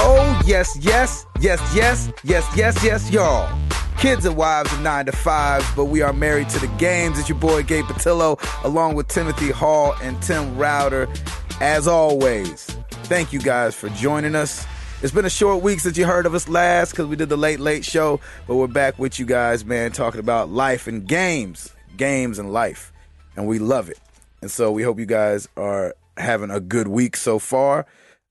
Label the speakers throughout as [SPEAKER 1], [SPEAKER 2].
[SPEAKER 1] Oh, yes, yes, yes, yes, yes, yes, yes, y'all. Kids and wives of nine to fives, but we are married to the games. It's your boy Gabe Patillo, along with Timothy Hall and Tim Router. As always, thank you guys for joining us. It's been a short week since you heard of us last because we did the late, late show, but we're back with you guys, man, talking about life and games, games and life, and we love it. And so we hope you guys are having a good week so far.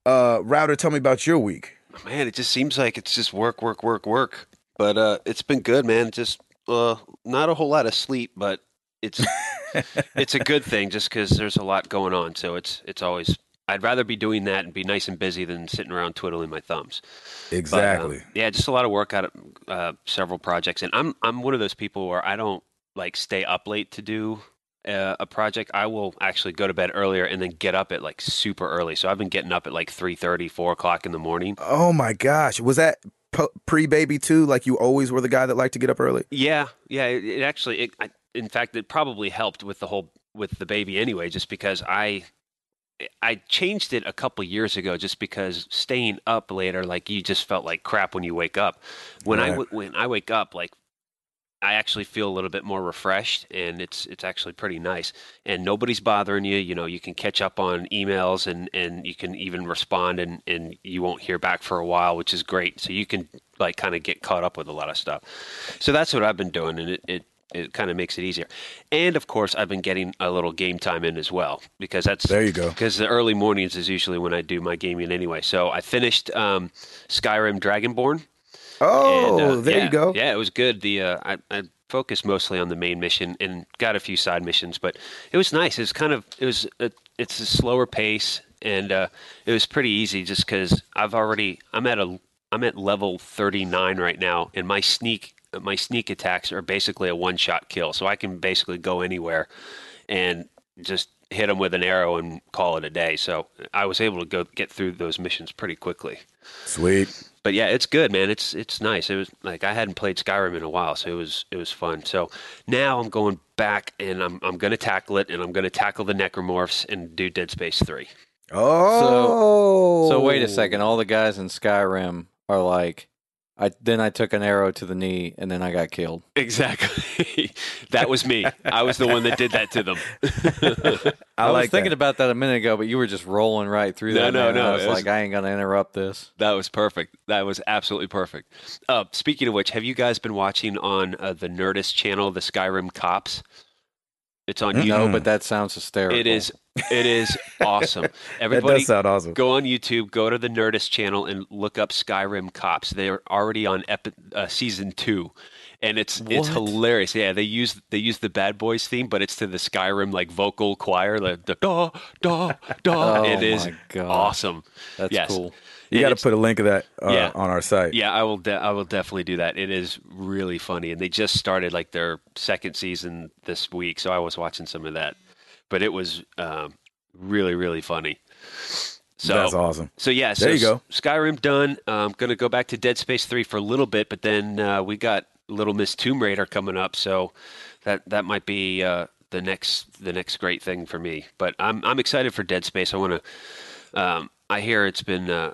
[SPEAKER 1] Uh, Router, tell me about your week.
[SPEAKER 2] Man, it just seems like it's just work, work, work, work. But uh, it's been good, man. Just uh, not a whole lot of sleep, but it's it's a good thing just because there's a lot going on. So it's it's always I'd rather be doing that and be nice and busy than sitting around twiddling my thumbs. But, um,
[SPEAKER 1] Exactly.
[SPEAKER 2] yeah, just a lot of work out of uh, several projects, and I'm I'm one of those people where I don't like stay up late to do uh, a project. I will actually go to bed earlier and then get up at like super early. So I've been getting up at like 3:30, 4 o'clock in the morning.
[SPEAKER 1] oh my gosh, was that pre baby too? Like you always were the guy that liked to get up early.
[SPEAKER 2] Yeah, yeah. It, it actually, it, I, in fact, it probably helped with the whole with the baby anyway, just because I I changed it a couple years ago, just because staying up later, like you just felt like crap when you wake up. When I
[SPEAKER 1] Right.
[SPEAKER 2] w- when I wake up, like I actually feel a little bit more refreshed, and it's it's actually pretty nice. And nobody's bothering you. You know, you can catch up on emails, and and you can even respond, and and you won't hear back for a while, which is great. So you can like kind of get caught up with a lot of stuff. So that's what I've been doing, and it. it it kind of makes it easier, and of course, I've been getting a little game time in as well because that's
[SPEAKER 1] There you go.
[SPEAKER 2] because the early mornings is usually when I do my gaming anyway. So I finished um, Skyrim Dragonborn.
[SPEAKER 1] Oh,
[SPEAKER 2] and, uh,
[SPEAKER 1] there
[SPEAKER 2] yeah,
[SPEAKER 1] you go.
[SPEAKER 2] Yeah, it was good. The uh, I, I focused mostly on the main mission and got a few side missions, but it was nice. It was kind of it was a, it's a slower pace and uh, it was pretty easy just because I've already I'm at a I'm at level 39 right now, and my sneak my sneak attacks are basically a one shot kill. So I can basically go anywhere and just hit them with an arrow and call it a day. So I was able to go get through those missions pretty quickly
[SPEAKER 1] Sweet.
[SPEAKER 2] but yeah, it's good, man. It's it's nice. It was like I hadn't played Skyrim in a while, so it was it was fun. So now I'm going back and I'm I'm gonna tackle it and I'm gonna tackle the necromorphs and do Dead Space three.
[SPEAKER 1] Oh,
[SPEAKER 3] So wait a second. All the guys in Skyrim are like, I then I took an arrow to the knee and then I got killed.
[SPEAKER 2] Exactly. that was me. I was the one that did that to them.
[SPEAKER 1] I,
[SPEAKER 3] was
[SPEAKER 1] like
[SPEAKER 3] thinking
[SPEAKER 1] that.
[SPEAKER 3] about that a minute ago, but you were just rolling right through
[SPEAKER 2] No,
[SPEAKER 3] that.
[SPEAKER 2] no,
[SPEAKER 3] man, and
[SPEAKER 2] no,
[SPEAKER 3] I was
[SPEAKER 2] it was-
[SPEAKER 3] like, I ain't gonna interrupt this.
[SPEAKER 2] that was perfect. That was absolutely perfect. Uh, speaking of which, have you guys been watching on uh, the Nerdist channel, the Skyrim Cops? It's on YouTube.
[SPEAKER 3] No, but that sounds hysterical.
[SPEAKER 2] It is. It is awesome.
[SPEAKER 1] That
[SPEAKER 2] Everybody,
[SPEAKER 1] does sound awesome.
[SPEAKER 2] Go on YouTube, go to the Nerdist channel, and look up Skyrim Cops. They are already on epi- uh, season two, and it's it's
[SPEAKER 3] What?
[SPEAKER 2] hilarious. Yeah, they use they use the Bad Boys theme, but it's to the Skyrim like vocal choir, like the da da da.
[SPEAKER 3] Oh
[SPEAKER 2] it is
[SPEAKER 3] my God.
[SPEAKER 2] awesome.
[SPEAKER 3] That's
[SPEAKER 2] yes.
[SPEAKER 3] cool.
[SPEAKER 1] You
[SPEAKER 2] And
[SPEAKER 1] got to
[SPEAKER 2] it's-
[SPEAKER 1] put a link of that uh,
[SPEAKER 2] Yeah.
[SPEAKER 1] on our site.
[SPEAKER 2] yeah, I will. De- I will definitely do that. It is really funny, and they just started like their second season this week, so I was watching some of that, but it was um, really, really funny. So
[SPEAKER 1] That's awesome.
[SPEAKER 2] so yeah, so
[SPEAKER 1] There you go.
[SPEAKER 2] S- Skyrim done. I'm gonna go back to Dead Space three for a little bit, but then uh, we got Little Miss Tomb Raider coming up, so that that might be uh, the next the next great thing for me. But I'm I'm excited for Dead Space. I want to. Um, I hear it's been uh,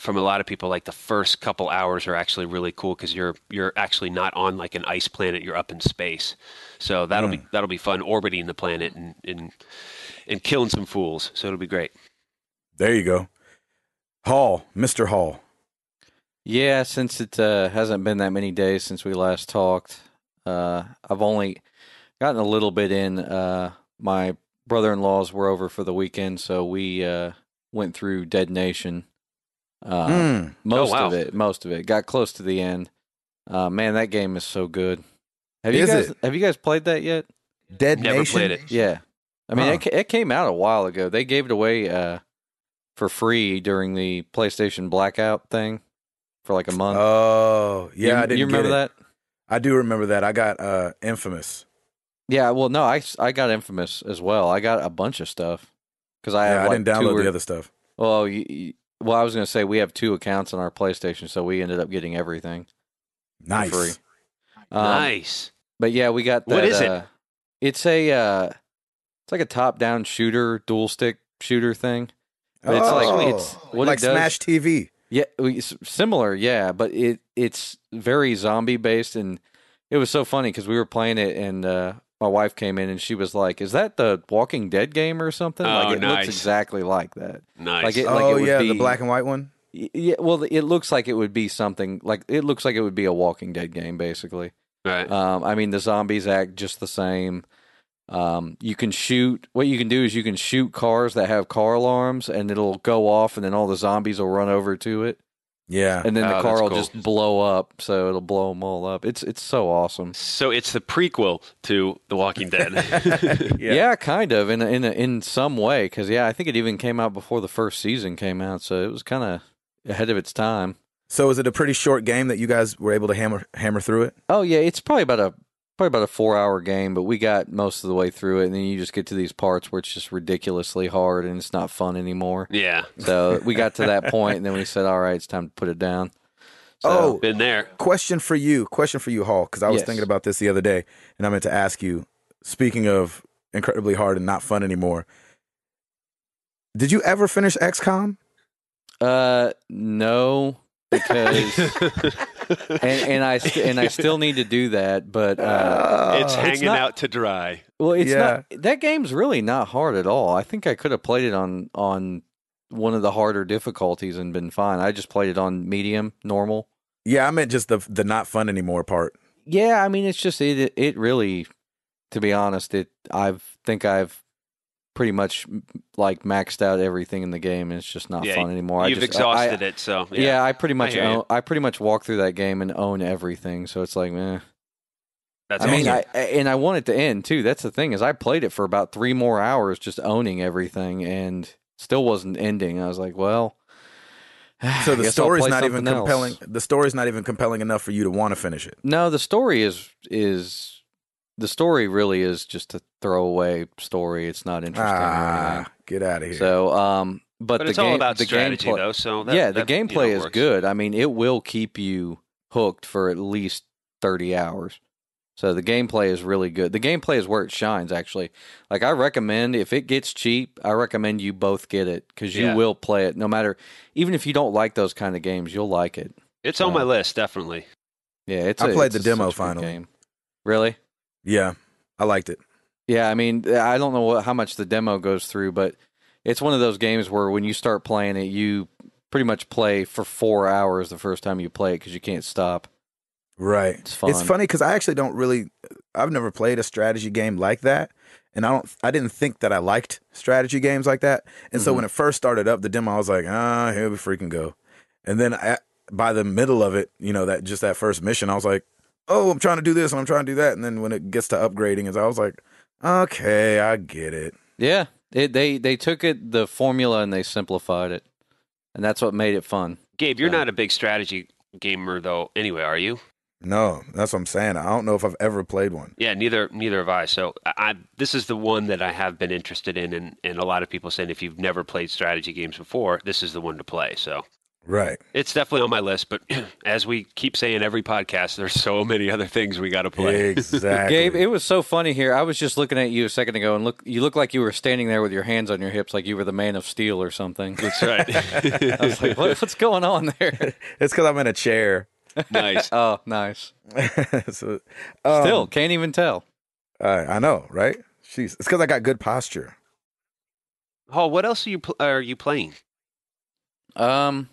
[SPEAKER 2] from a lot of people like the first couple hours are actually really cool because you're you're actually not on like an ice planet. You're up in space, so that'll be that'll be fun orbiting the planet and and and killing some fools. So it'll be great.
[SPEAKER 1] There you go. Hall, Mr. Hall.
[SPEAKER 3] Yeah, since it uh, hasn't been that many days since we last talked, uh, I've only gotten a little bit in. Uh, my brother in laws were over for the weekend, so we uh, went through Dead Nation. Uh,
[SPEAKER 1] Mm.
[SPEAKER 3] Most
[SPEAKER 2] wow.
[SPEAKER 3] of it, most of it got close to the end. Uh, man, that game is so good. Have you
[SPEAKER 1] Is
[SPEAKER 3] guys
[SPEAKER 1] it?
[SPEAKER 3] have you guys played that yet?
[SPEAKER 1] Dead
[SPEAKER 2] Never
[SPEAKER 1] Nation.
[SPEAKER 2] played it.
[SPEAKER 3] Yeah, I mean,
[SPEAKER 1] Huh.
[SPEAKER 3] it, ca- it came out a while ago. They gave it away uh, for free during the PlayStation blackout thing for like a month.
[SPEAKER 1] Oh, yeah.
[SPEAKER 3] You-
[SPEAKER 1] I didn't
[SPEAKER 3] you remember
[SPEAKER 1] get it.
[SPEAKER 3] that?
[SPEAKER 1] I do remember that. I got uh, Infamous.
[SPEAKER 3] Yeah, well, no, I, I got Infamous as well. I got a bunch of stuff because I
[SPEAKER 1] yeah,
[SPEAKER 3] have
[SPEAKER 1] I didn't
[SPEAKER 3] like two
[SPEAKER 1] download
[SPEAKER 3] or,
[SPEAKER 1] the other stuff.
[SPEAKER 3] Well, you, you- well, I was gonna say we have two accounts on our PlayStation, so we ended up getting everything.
[SPEAKER 1] Nice.
[SPEAKER 3] free. Um,
[SPEAKER 2] nice.
[SPEAKER 3] But yeah, we got that,
[SPEAKER 2] What is it?
[SPEAKER 3] Uh, it's a uh, it's like a top-down shooter, dual stick shooter thing. But it's
[SPEAKER 1] Oh,
[SPEAKER 3] like it's what
[SPEAKER 1] like
[SPEAKER 3] it does.
[SPEAKER 1] Smash TV.
[SPEAKER 3] Yeah, we- s- similar. Yeah, but it it's very zombie based, and it was so funny because we were playing it, and uh, my wife came in and she was like, "Is that the Walking Dead game or something?"
[SPEAKER 2] Oh,
[SPEAKER 3] like it
[SPEAKER 2] nice.
[SPEAKER 3] looks exactly like that.
[SPEAKER 2] Nice.
[SPEAKER 3] Like it-
[SPEAKER 1] oh
[SPEAKER 3] would
[SPEAKER 1] yeah, the
[SPEAKER 3] be-
[SPEAKER 1] black and white one.
[SPEAKER 3] Y- Yeah, well, it looks like it would be something like it looks like it would be a Walking Dead game, basically.
[SPEAKER 2] right.
[SPEAKER 3] Um, I mean, the zombies act just the same. Um, you can shoot. What you can do is you can shoot cars that have car alarms, and it'll go off, and then all the zombies will run over to it,
[SPEAKER 1] Yeah,
[SPEAKER 3] and then
[SPEAKER 2] Oh,
[SPEAKER 3] the car
[SPEAKER 2] that's
[SPEAKER 3] will
[SPEAKER 2] cool.
[SPEAKER 3] just blow up. So it'll blow them all up. It's it's so awesome.
[SPEAKER 2] so it's the prequel to The Walking Dead.
[SPEAKER 3] Yeah, kind of in a, in a, in some way, because yeah, I think it even came out before the first season came out, so it was kind of ahead of its time.
[SPEAKER 1] So is it a pretty short game that you guys were able to hammer hammer through it?
[SPEAKER 3] Oh yeah, it's probably about a probably about a four hour game, but we got most of the way through it, and then you just get to these parts where it's just ridiculously hard and it's not fun anymore.
[SPEAKER 2] yeah.
[SPEAKER 3] So we got to that point, and then we said, "All right, it's time to put it down."
[SPEAKER 1] Oh.
[SPEAKER 3] So,
[SPEAKER 2] Been there.
[SPEAKER 1] Question for you. Question for you, Hall, because I was
[SPEAKER 3] Yes.
[SPEAKER 1] thinking about this the other day, and I meant to ask you. Speaking of incredibly hard and not fun anymore, did you ever finish XCOM?
[SPEAKER 3] uh, no, because
[SPEAKER 2] uh,
[SPEAKER 3] and, and I st- and I still need to do that, but uh,
[SPEAKER 2] it's hanging
[SPEAKER 3] not-
[SPEAKER 2] out to dry.
[SPEAKER 3] well, it's
[SPEAKER 1] Yeah.
[SPEAKER 3] not that game's really not hard at all. I think I could have played it on on one of the harder difficulties and been fine. I just played it on medium, normal.
[SPEAKER 1] yeah, I meant just the the not fun anymore part.
[SPEAKER 3] Yeah, I mean, it's just it. It really, to be honest, it. I think I've pretty much m- like maxed out everything in the game, and it's just not
[SPEAKER 2] Yeah,
[SPEAKER 3] fun anymore.
[SPEAKER 2] You've
[SPEAKER 3] I just,
[SPEAKER 2] exhausted
[SPEAKER 3] I,
[SPEAKER 2] it. So
[SPEAKER 3] Yeah. I pretty much
[SPEAKER 2] hear you.
[SPEAKER 3] own, I pretty much walk through that game and own everything. So it's like, meh.
[SPEAKER 2] That's
[SPEAKER 3] I mean,
[SPEAKER 2] awesome.
[SPEAKER 3] I, I- and I want it to end too. That's the thing is, I played it for about three more hours, just owning everything, and still wasn't ending. I was like, well.
[SPEAKER 1] So
[SPEAKER 3] I
[SPEAKER 1] the
[SPEAKER 3] guess I'll
[SPEAKER 1] story's
[SPEAKER 3] play
[SPEAKER 1] not even
[SPEAKER 3] something else.
[SPEAKER 1] compelling. The story's not even compelling enough for you to want to finish it.
[SPEAKER 3] No, the story is is the story really is just a throwaway story. It's not interesting. or
[SPEAKER 1] Ah,
[SPEAKER 3] anything.
[SPEAKER 1] get out of here.
[SPEAKER 3] so, um, but,
[SPEAKER 2] but
[SPEAKER 3] the
[SPEAKER 2] it's
[SPEAKER 3] game,
[SPEAKER 2] all about
[SPEAKER 3] the
[SPEAKER 2] strategy,
[SPEAKER 3] gameplay,
[SPEAKER 2] though. So that,
[SPEAKER 3] yeah,
[SPEAKER 2] that,
[SPEAKER 3] the
[SPEAKER 2] you know,
[SPEAKER 3] gameplay is
[SPEAKER 2] works.
[SPEAKER 3] good. I mean, it will keep you hooked for at least thirty hours. So the gameplay is really good. The gameplay is where it shines. Actually, like I recommend, if it gets cheap, I recommend you both get it because you
[SPEAKER 2] Yeah.
[SPEAKER 3] will play it. No matter, even if you don't like those kind of games, you'll like it.
[SPEAKER 2] It's on
[SPEAKER 3] Uh,
[SPEAKER 2] my list, definitely.
[SPEAKER 3] Yeah, it's.
[SPEAKER 1] I
[SPEAKER 3] a-
[SPEAKER 1] played
[SPEAKER 3] it's
[SPEAKER 1] the
[SPEAKER 3] a
[SPEAKER 1] demo
[SPEAKER 3] such a good
[SPEAKER 1] finally.
[SPEAKER 3] Game. Really?
[SPEAKER 1] yeah, I liked it.
[SPEAKER 3] Yeah, I mean, I don't know what, how much the demo goes through, but it's one of those games where when you start playing it, you pretty much play for four hours the first time you play it because you can't stop.
[SPEAKER 1] Right.
[SPEAKER 3] It's fun.
[SPEAKER 1] It's funny because I actually don't really. I've never played a strategy game like that, and I don't. I didn't think that I liked strategy games like that. And so
[SPEAKER 3] Mhm.
[SPEAKER 1] when it first started up, the demo, I was like, ah, here we freaking go. And then I, by the middle of it, you know, that just that first mission, I was like, oh, I'm trying to do this and I'm trying to do that. And then when it gets to upgrading, is I was like, okay, I get it.
[SPEAKER 3] Yeah, it, they they took it the formula and they simplified it, and that's what made it fun.
[SPEAKER 2] Gabe, you're
[SPEAKER 3] So-
[SPEAKER 2] not a big strategy gamer though. Anyway, are you?
[SPEAKER 1] No, that's what I'm saying. I don't know if I've ever played one.
[SPEAKER 2] Yeah, neither neither have I. So I, I this is the one that I have been interested in, and and a lot of people saying if you've never played strategy games before, this is the one to play. So
[SPEAKER 1] Right.
[SPEAKER 2] it's definitely on my list. But as we keep saying every podcast, there's so many other things we got to play.
[SPEAKER 1] Exactly.
[SPEAKER 3] Gabe, it was so funny here. I was just looking at you a second ago, and look, you look like you were standing there with your hands on your hips, like you were the Man of Steel or something.
[SPEAKER 2] That's right.
[SPEAKER 3] I was like, what, what's going on there?
[SPEAKER 1] it's because I'm in a chair.
[SPEAKER 2] nice.
[SPEAKER 3] Oh, nice.
[SPEAKER 1] so, um,
[SPEAKER 3] Still can't even tell.
[SPEAKER 1] Uh, I know, right? Jeez, it's because I got good posture.
[SPEAKER 2] Hall, what else are you pl- are you playing?
[SPEAKER 3] Um.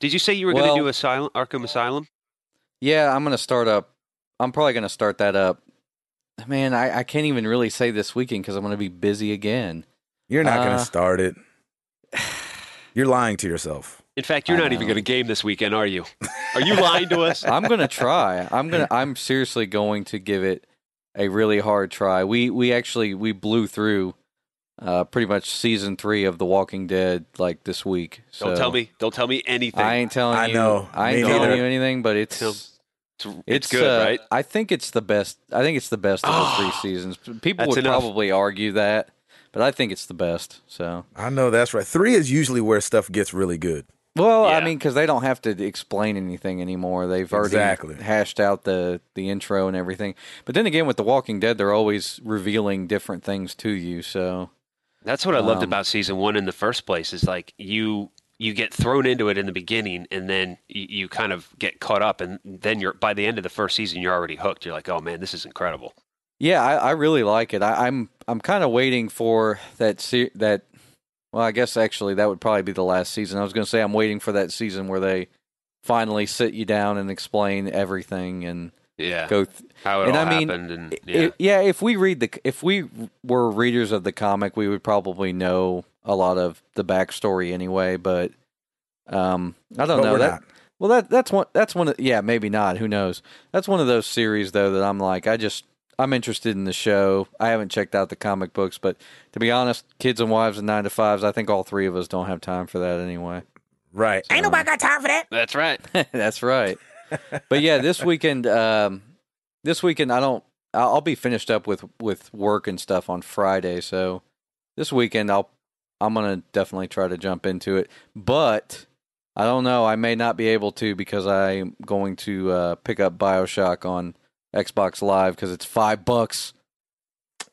[SPEAKER 2] Did you say you were
[SPEAKER 3] Well-
[SPEAKER 2] going to do Asylum, Arkham Asylum?
[SPEAKER 3] Yeah, I'm gonna start up. I'm probably gonna start that up. Man, I, I can't even really say this weekend because I'm gonna be busy again.
[SPEAKER 1] You're not
[SPEAKER 3] Uh,
[SPEAKER 1] gonna start it. You're lying to yourself.
[SPEAKER 2] In fact, you're
[SPEAKER 3] I
[SPEAKER 2] not even
[SPEAKER 3] know.
[SPEAKER 2] going to game this weekend, are you? Are you lying to us?
[SPEAKER 3] I'm gonna try. I'm gonna. I'm seriously going to give it a really hard try. We we actually we blew through uh, pretty much season three of The Walking Dead like this week. So
[SPEAKER 2] Don't tell me. Don't tell me anything.
[SPEAKER 3] I ain't telling
[SPEAKER 1] I
[SPEAKER 3] you.
[SPEAKER 1] know.
[SPEAKER 3] I ain't
[SPEAKER 1] Me
[SPEAKER 3] telling
[SPEAKER 1] neither.
[SPEAKER 3] you anything. But it's
[SPEAKER 2] Till-
[SPEAKER 3] it's,
[SPEAKER 2] it's, it's good,
[SPEAKER 3] uh,
[SPEAKER 2] right?
[SPEAKER 3] I think it's the best. I think it's the best of the three
[SPEAKER 2] Oh,
[SPEAKER 3] seasons. People
[SPEAKER 2] that's
[SPEAKER 3] would
[SPEAKER 2] enough.
[SPEAKER 3] probably argue that, but I think it's the best. So
[SPEAKER 1] I know that's right. Three is usually where stuff gets really good.
[SPEAKER 3] Well, I
[SPEAKER 2] Yeah.
[SPEAKER 3] mean, because they don't have to explain anything anymore. They've already
[SPEAKER 1] Exactly.
[SPEAKER 3] hashed out the the intro and everything. But then again, with The Walking Dead, they're always revealing different things to you. So
[SPEAKER 2] That's what I loved
[SPEAKER 3] Um,
[SPEAKER 2] about season one in the first place. Is like you you get thrown into it in the beginning and then you, you kind of get caught up and then you're by the end of the first season you're already hooked you're like oh man this is incredible
[SPEAKER 3] Yeah, I, I really like it. I, I'm I'm kind of waiting for that se- that. Well, I guess actually that would probably be the last season. I was going to say I'm waiting for that season where they finally sit you down and explain everything and
[SPEAKER 2] yeah
[SPEAKER 3] go. Th-
[SPEAKER 2] how it
[SPEAKER 3] and
[SPEAKER 2] all
[SPEAKER 3] I mean,
[SPEAKER 2] happened and
[SPEAKER 3] I-
[SPEAKER 2] yeah
[SPEAKER 3] i- yeah, if we read the if we were readers of the comic, we would probably know a lot of the backstory anyway. But um, I don't
[SPEAKER 1] but
[SPEAKER 3] know
[SPEAKER 1] we're
[SPEAKER 3] that.
[SPEAKER 1] not.
[SPEAKER 3] Well, that that's one that's one of yeah maybe not who knows that's one of those series though that I'm like I just I'm interested in the show I haven't checked out the comic books but to be honest kids and wives and nine to fives I think all three of us don't have time for that anyway
[SPEAKER 1] Right.
[SPEAKER 3] Ain't nobody
[SPEAKER 1] got time for that.
[SPEAKER 2] that's right
[SPEAKER 3] that's right but yeah this weekend um this weekend I don't I'll I'll be finished up with with work and stuff on Friday so this weekend I'll I'm gonna definitely try to jump into it, but I don't know. I may not be able to because I'm going to uh, pick up Bioshock on Xbox Live because it's five bucks.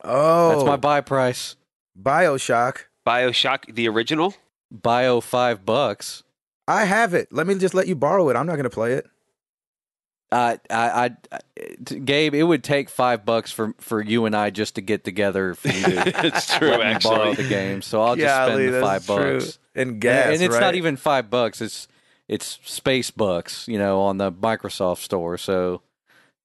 [SPEAKER 1] Oh,
[SPEAKER 3] That's my buy price.
[SPEAKER 1] Bioshock.
[SPEAKER 2] bioshock the original
[SPEAKER 3] Bio five bucks.
[SPEAKER 1] I have it. Let me just let you borrow it. I'm not going to play it.
[SPEAKER 3] Uh, I, I, I, t- Gabe, it would take five bucks for for you and I just to get together for you to
[SPEAKER 2] it's
[SPEAKER 3] let
[SPEAKER 2] true
[SPEAKER 3] me borrow
[SPEAKER 2] actually
[SPEAKER 3] the game. So I'll just
[SPEAKER 1] Golly,
[SPEAKER 3] spend the
[SPEAKER 1] that's
[SPEAKER 3] five
[SPEAKER 1] true.
[SPEAKER 3] bucks.
[SPEAKER 1] and
[SPEAKER 3] And-
[SPEAKER 1] gas.
[SPEAKER 3] and, it's
[SPEAKER 1] right?
[SPEAKER 3] not even five bucks. It's it's space bucks, you know, on the Microsoft store. So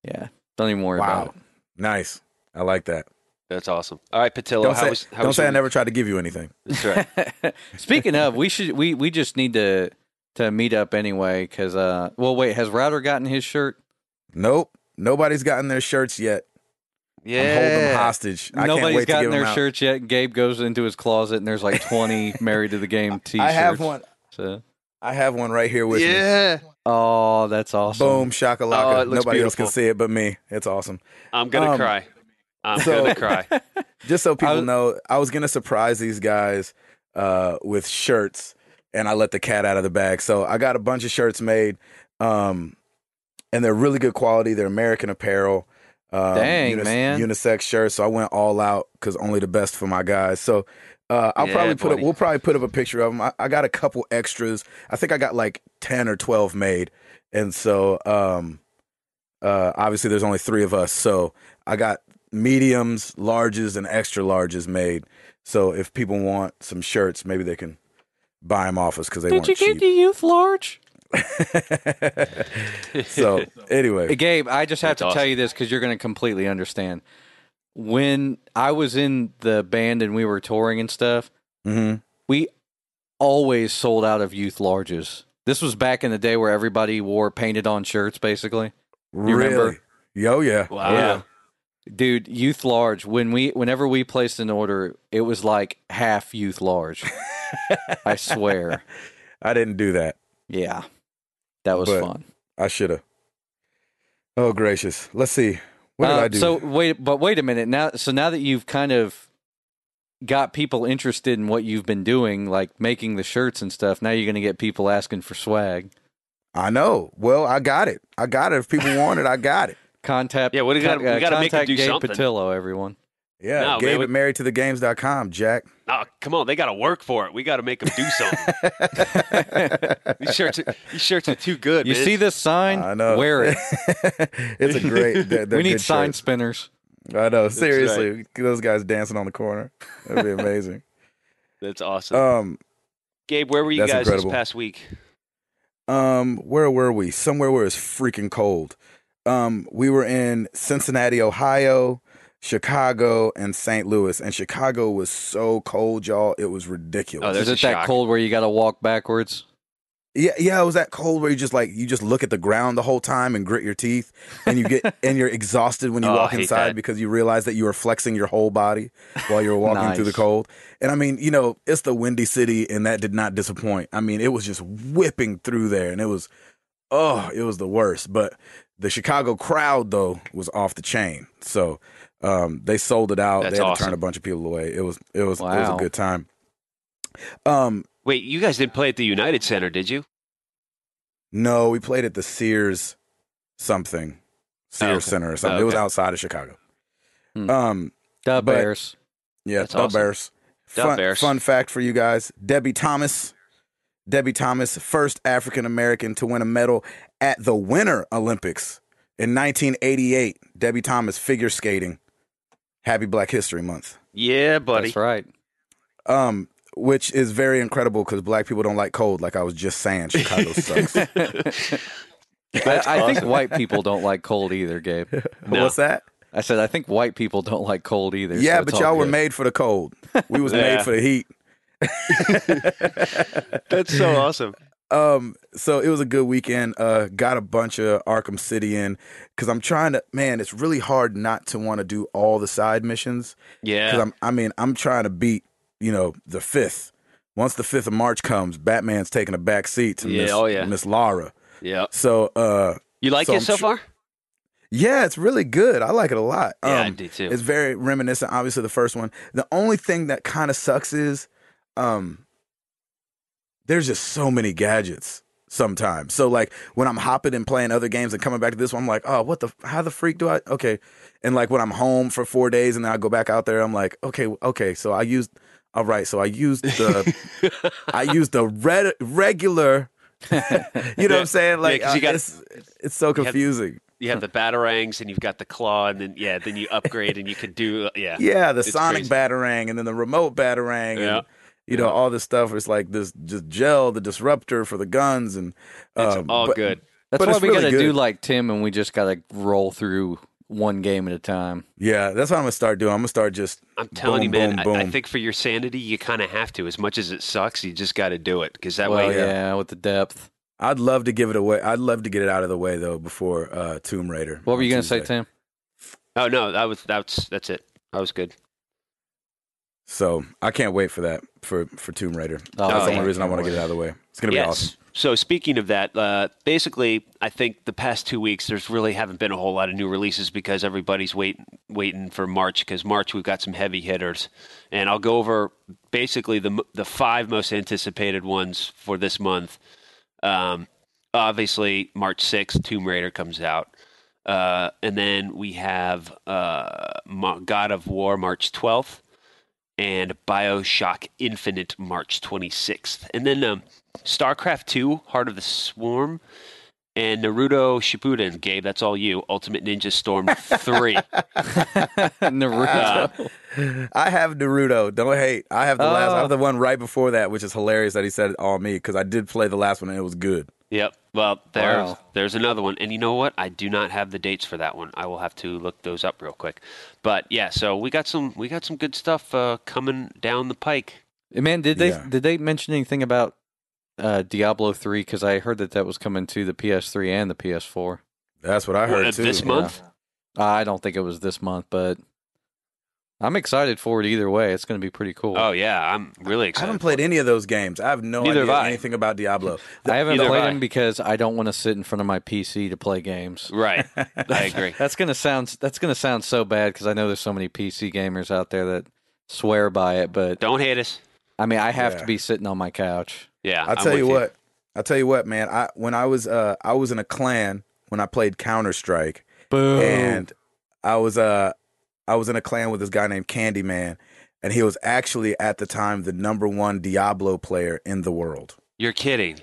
[SPEAKER 3] yeah, don't even worry
[SPEAKER 1] Wow.
[SPEAKER 3] about it.
[SPEAKER 1] Nice. I like that.
[SPEAKER 2] that's awesome all right patillo
[SPEAKER 1] don't
[SPEAKER 2] how
[SPEAKER 1] say,
[SPEAKER 2] was how
[SPEAKER 1] don't
[SPEAKER 2] was
[SPEAKER 1] say
[SPEAKER 2] your
[SPEAKER 1] I never tried to give you anything.
[SPEAKER 2] That's right.
[SPEAKER 3] Speaking of, we should we we just need to to meet up anyway. Because uh, well, wait, has Ryder gotten his shirt?
[SPEAKER 1] Nope. Nobody's gotten their shirts yet. I'm holding them
[SPEAKER 2] yeah
[SPEAKER 1] hostage. I can't
[SPEAKER 3] Nobody's
[SPEAKER 1] wait to
[SPEAKER 3] gotten
[SPEAKER 1] give
[SPEAKER 3] their
[SPEAKER 1] them out.
[SPEAKER 3] shirts yet. Gabe goes into his closet and there's like twenty married to the game t-shirts.
[SPEAKER 1] I have one.
[SPEAKER 3] So.
[SPEAKER 1] I have one right here with me.
[SPEAKER 2] yeah
[SPEAKER 3] Oh, that's awesome!
[SPEAKER 1] Boom, shakalaka.
[SPEAKER 2] Oh, it looks
[SPEAKER 1] Nobody else
[SPEAKER 2] beautiful.
[SPEAKER 1] can see it but me. It's awesome.
[SPEAKER 2] i'm gonna
[SPEAKER 1] Um,
[SPEAKER 2] cry i'm
[SPEAKER 1] so-
[SPEAKER 2] gonna cry
[SPEAKER 1] Just so people
[SPEAKER 3] was-
[SPEAKER 1] know, I was gonna surprise these guys uh, with shirts, and I let the cat out of the bag. So I got a bunch of shirts made, um, and they're really good quality. They're American Apparel. Um,
[SPEAKER 3] Dang, man.
[SPEAKER 1] Unisex shirts. So I went all out because only the best for my guys. So uh, I'll
[SPEAKER 2] Yeah,
[SPEAKER 1] probably put up.
[SPEAKER 2] buddy.
[SPEAKER 1] We'll probably put up a picture of them. I, I got a couple extras. I think I got like ten or twelve made, and so um, uh, obviously there's only three of us. So I got mediums, larges, and extra larges made. So if people want some shirts, maybe they can buy them off us because they weren't cheap.
[SPEAKER 3] youth large?
[SPEAKER 1] so anyway,
[SPEAKER 3] Gabe, I just have
[SPEAKER 2] That's
[SPEAKER 3] to tell you this because you're going to completely understand. When I was in the band and we were touring and stuff,
[SPEAKER 1] hmm
[SPEAKER 3] we always sold out of youth larges. This was back in the day where everybody wore painted on shirts, basically.
[SPEAKER 1] really,
[SPEAKER 3] remember?
[SPEAKER 1] yo, yeah,
[SPEAKER 2] wow
[SPEAKER 3] Yeah. Dude, youth large. When we, whenever we placed an order, it was like half youth large. I swear.
[SPEAKER 1] I didn't do that.
[SPEAKER 3] Yeah, that was
[SPEAKER 1] But-
[SPEAKER 3] fun.
[SPEAKER 1] I should have. Oh gracious! Let's see. What did
[SPEAKER 3] Uh,
[SPEAKER 1] I do?
[SPEAKER 3] So wait, but wait a minute now. So now that you've kind of got people interested in what you've been doing, like making the shirts and stuff, now you're going to get people asking for swag.
[SPEAKER 1] I know. Well, I got it. I got it. If people want it, I got it.
[SPEAKER 3] Contact.
[SPEAKER 2] Yeah, what do you gotta-
[SPEAKER 3] con-
[SPEAKER 2] we
[SPEAKER 3] uh,
[SPEAKER 2] gotta make them
[SPEAKER 3] contact
[SPEAKER 2] do
[SPEAKER 3] Gabe
[SPEAKER 2] something.
[SPEAKER 3] Patillo, everyone.
[SPEAKER 1] Yeah.
[SPEAKER 2] No,
[SPEAKER 1] Gabe
[SPEAKER 2] man, we-
[SPEAKER 1] at married to the games.com, Jack.
[SPEAKER 2] Oh, come on, they got to work for it. We got to make them do something. these shirts, are, these shirts are too good.
[SPEAKER 3] You
[SPEAKER 2] man.
[SPEAKER 3] see this sign?
[SPEAKER 1] I know.
[SPEAKER 3] Wear it.
[SPEAKER 1] it's a great. They're, they're
[SPEAKER 3] we need
[SPEAKER 1] good
[SPEAKER 3] sign
[SPEAKER 1] shirts.
[SPEAKER 3] spinners.
[SPEAKER 1] I know. Seriously, those guys dancing on the corner. That'd be amazing.
[SPEAKER 2] that's awesome.
[SPEAKER 1] um,
[SPEAKER 2] Gabe, where were you
[SPEAKER 1] that's
[SPEAKER 2] guys
[SPEAKER 1] incredible.
[SPEAKER 2] this past week?
[SPEAKER 1] um, where were we? Somewhere where it's freaking cold. Um, we were in Cincinnati, Ohio, Chicago, and St. Louis. And Chicago was so cold, y'all. It was ridiculous.
[SPEAKER 2] Oh, there's
[SPEAKER 3] Is
[SPEAKER 2] a
[SPEAKER 3] it that
[SPEAKER 2] shock.
[SPEAKER 3] cold where you got to walk backwards?
[SPEAKER 1] Yeah, yeah, it was that cold where you just like you just look at the ground the whole time and grit your teeth, and you get and you're exhausted when you
[SPEAKER 2] Oh, I
[SPEAKER 1] walk
[SPEAKER 2] hate
[SPEAKER 1] inside
[SPEAKER 2] that.
[SPEAKER 1] because you realize that you are flexing your whole body while you're walking through the
[SPEAKER 3] Nice.
[SPEAKER 1] cold. And I mean, you know, it's the windy city, and that did not disappoint. I mean, it was just whipping through there, and it was oh, it was the worst. But the Chicago crowd though was off the chain, so um, they sold it out.
[SPEAKER 2] That's
[SPEAKER 1] they had to
[SPEAKER 2] awesome.
[SPEAKER 1] turn a bunch of people away. It was it was it was a
[SPEAKER 3] Wow.
[SPEAKER 1] good time. Um,
[SPEAKER 2] Wait, you guys didn't play at the United Center, did you?
[SPEAKER 1] No, we played at the Sears something. Sears
[SPEAKER 2] Oh, okay.
[SPEAKER 1] Center or something.
[SPEAKER 2] Oh,
[SPEAKER 1] It was
[SPEAKER 2] okay.
[SPEAKER 1] outside of Chicago.
[SPEAKER 3] Hmm.
[SPEAKER 1] Um
[SPEAKER 3] Duh,
[SPEAKER 1] But-
[SPEAKER 3] bears.
[SPEAKER 1] yeah,
[SPEAKER 2] That's
[SPEAKER 1] the
[SPEAKER 2] awesome.
[SPEAKER 1] Bears.
[SPEAKER 2] The
[SPEAKER 1] Fun,
[SPEAKER 2] Bears.
[SPEAKER 1] fun fact for you guys, Debbie Thomas Debbie Thomas, first African American to win a medal at the Winter Olympics in 1988. Debbie Thomas, figure skating. Happy Black History Month.
[SPEAKER 2] Yeah, buddy.
[SPEAKER 3] That's right.
[SPEAKER 1] Um, which is very incredible because black people don't like cold, like I was just saying. Chicago sucks.
[SPEAKER 3] But I think white people don't like cold either, Gabe.
[SPEAKER 2] No.
[SPEAKER 1] What's that?
[SPEAKER 3] I said I think white people don't like cold either. so
[SPEAKER 1] yeah,
[SPEAKER 3] it's
[SPEAKER 1] but
[SPEAKER 3] all
[SPEAKER 1] y'all were
[SPEAKER 3] good.
[SPEAKER 1] made for the cold. We was
[SPEAKER 2] Yeah.
[SPEAKER 1] made for the heat.
[SPEAKER 2] That's so awesome.
[SPEAKER 1] Um, so it was a good weekend. Uh, got a bunch of Arkham City in because I'm trying to. Man, it's really hard not to want to do all the side missions because
[SPEAKER 2] Yeah.
[SPEAKER 1] I'm. I mean, I'm trying to beat you know the fifth. Once the fifth of March comes, Batman's taking a back seat to
[SPEAKER 2] Yeah,
[SPEAKER 1] Miss,
[SPEAKER 2] oh yeah.
[SPEAKER 1] Miss Lara.
[SPEAKER 2] Yeah.
[SPEAKER 1] So uh,
[SPEAKER 2] You like
[SPEAKER 1] So
[SPEAKER 2] it
[SPEAKER 1] I'm
[SPEAKER 2] so
[SPEAKER 1] tr-
[SPEAKER 2] far?
[SPEAKER 1] yeah, it's really good. I like it a lot.
[SPEAKER 2] yeah, I
[SPEAKER 1] Um,
[SPEAKER 2] do too.
[SPEAKER 1] It's very reminiscent, obviously, of the first one. The only thing that kind of sucks is um, there's just so many gadgets sometimes. So, like, when I'm hopping and playing other games and coming back to this one, I'm like, oh, what the, how the freak do I, okay. And like when I'm home for four days and then I go back out there, I'm like, okay, okay, so I used, all right, so I used the, I used the red, regular, you know what I'm saying? Like,
[SPEAKER 2] 'cause you
[SPEAKER 1] uh,
[SPEAKER 2] got-
[SPEAKER 1] it's, it's so
[SPEAKER 2] have-
[SPEAKER 1] confusing.
[SPEAKER 2] You have the batarangs and you've got the claw, and then yeah, then you upgrade and you can do uh, yeah.
[SPEAKER 1] Yeah, the
[SPEAKER 2] It's
[SPEAKER 1] sonic
[SPEAKER 2] crazy.
[SPEAKER 1] batarang and then the remote batarang
[SPEAKER 2] Yeah.
[SPEAKER 1] and you know
[SPEAKER 2] Yeah.
[SPEAKER 1] all this stuff. It's like this just gel, the disruptor for the guns, and
[SPEAKER 2] It's
[SPEAKER 1] um,
[SPEAKER 2] all
[SPEAKER 1] but-
[SPEAKER 2] good.
[SPEAKER 3] That's
[SPEAKER 1] but
[SPEAKER 3] why
[SPEAKER 1] it's
[SPEAKER 3] we
[SPEAKER 1] really
[SPEAKER 3] gotta
[SPEAKER 1] good.
[SPEAKER 3] do like Tim, and we just gotta roll through one game at a time.
[SPEAKER 1] Yeah, that's what I'm gonna start doing. I'm gonna start just
[SPEAKER 2] I'm telling
[SPEAKER 1] boom,
[SPEAKER 2] you, man.
[SPEAKER 1] boom,
[SPEAKER 2] I, I
[SPEAKER 1] boom.
[SPEAKER 2] think for your sanity, you kind of have to. As much as it sucks, you just got to do it because that
[SPEAKER 3] well,
[SPEAKER 2] way.
[SPEAKER 3] yeah. with the depth.
[SPEAKER 1] I'd love to give it away. I'd love to get it out of the way though before uh, Tomb Raider.
[SPEAKER 3] What were
[SPEAKER 1] on
[SPEAKER 3] you gonna say,
[SPEAKER 1] Tuesday.
[SPEAKER 3] Tim?
[SPEAKER 2] Oh no, that was that's that's it. That was good.
[SPEAKER 1] So I can't wait for that for for Tomb Raider.
[SPEAKER 3] Oh,
[SPEAKER 1] that's the
[SPEAKER 2] yeah.
[SPEAKER 1] only reason I want to get it out of the way. It's gonna be awesome.
[SPEAKER 2] So speaking of that, uh, basically, I think the past two weeks there's really haven't been a whole lot of new releases because everybody's waiting waiting for March because March we've got some heavy hitters, and I'll go over basically the m- the five most anticipated ones for this month. Um, obviously, March sixth, Tomb Raider comes out. Uh, and then we have uh, Mo- God of War March 12th and Bioshock Infinite March 26th. And then um, StarCraft 2 Heart of the Swarm and Naruto Shippuden. Gabe, that's all you. Ultimate Ninja Storm 3.
[SPEAKER 3] Naruto.
[SPEAKER 1] I have Naruto. Don't hate. I have the last. I
[SPEAKER 3] Oh.
[SPEAKER 1] have the one right before that, which is hilarious that he said it all me because I did play the last one and it was good.
[SPEAKER 2] yep. Well, there's
[SPEAKER 3] Wow.
[SPEAKER 2] there's another one. And you know what? I do not have the dates for that one. I will have to look those up real quick. But yeah, so we got some we got some good stuff uh, coming down the pike.
[SPEAKER 3] Man, did they
[SPEAKER 1] Yeah.
[SPEAKER 3] did they mention anything about uh, Diablo three? Because I heard that that was coming to the PS3 and the PS4.
[SPEAKER 1] That's what I heard
[SPEAKER 2] Uh,
[SPEAKER 1] too.
[SPEAKER 2] this
[SPEAKER 1] Yeah.
[SPEAKER 2] month.
[SPEAKER 3] I don't think it was this month, but I'm excited for it either way. It's going to be pretty cool.
[SPEAKER 2] Oh yeah, I'm really
[SPEAKER 1] I
[SPEAKER 2] excited.
[SPEAKER 1] haven't played any of those games. I have no
[SPEAKER 2] Neither have
[SPEAKER 1] idea
[SPEAKER 2] I.
[SPEAKER 1] anything about Diablo.
[SPEAKER 3] I haven't
[SPEAKER 2] either
[SPEAKER 3] played
[SPEAKER 2] way.
[SPEAKER 3] them because I don't want to sit in front of my PC to play games.
[SPEAKER 2] Right. I agree.
[SPEAKER 3] That's gonna sound that's gonna sound so bad because I know there's so many PC gamers out there that swear by it. But
[SPEAKER 2] Don't hate us.
[SPEAKER 3] I mean, I have
[SPEAKER 1] Yeah.
[SPEAKER 3] to be sitting on my couch.
[SPEAKER 2] Yeah.
[SPEAKER 1] I'll
[SPEAKER 2] I'm
[SPEAKER 1] tell
[SPEAKER 2] with
[SPEAKER 1] you what. I'll tell you what, man. I when I was uh I was in a clan when I played Counter Strike
[SPEAKER 2] Oh.
[SPEAKER 3] Boom.
[SPEAKER 1] and I was uh I was in a clan with this guy named Candyman and he was actually at the time the number one Diablo player in the world.
[SPEAKER 2] You're kidding.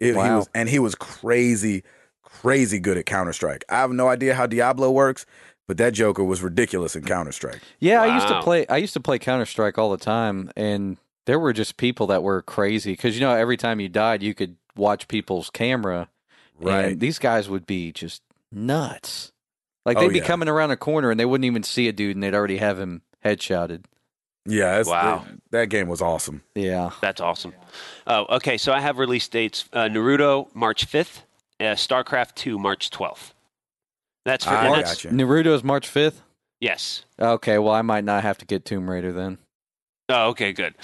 [SPEAKER 1] It, he
[SPEAKER 3] Wow.
[SPEAKER 1] was, and he was crazy, crazy good at Counter Strike. I have no idea how Diablo works, but that Joker was ridiculous in Counter Strike.
[SPEAKER 3] Yeah, I used to
[SPEAKER 2] Wow.
[SPEAKER 3] play. I used to play Counter Strike all the time, and there were just people that were crazy because you know every time you died, you could watch people's camera. And these guys would be just nuts. Like
[SPEAKER 1] Oh,
[SPEAKER 3] they'd be
[SPEAKER 1] yeah.
[SPEAKER 3] coming around a corner and they wouldn't even see a dude, and they'd already have him headshotted.
[SPEAKER 1] Yeah. That's,
[SPEAKER 2] Wow.
[SPEAKER 1] That, that game was awesome.
[SPEAKER 3] Yeah.
[SPEAKER 2] That's awesome. Oh, okay. So I have release dates: uh, Naruto March 5th, uh, StarCraft 2 March 12th. That's for
[SPEAKER 1] I
[SPEAKER 2] and
[SPEAKER 3] March,
[SPEAKER 2] that's,
[SPEAKER 1] Ah, gotcha.
[SPEAKER 3] Naruto's March fifth.
[SPEAKER 2] yes.
[SPEAKER 3] Okay, well I might not have to get Tomb Raider then.
[SPEAKER 2] Oh, okay, good.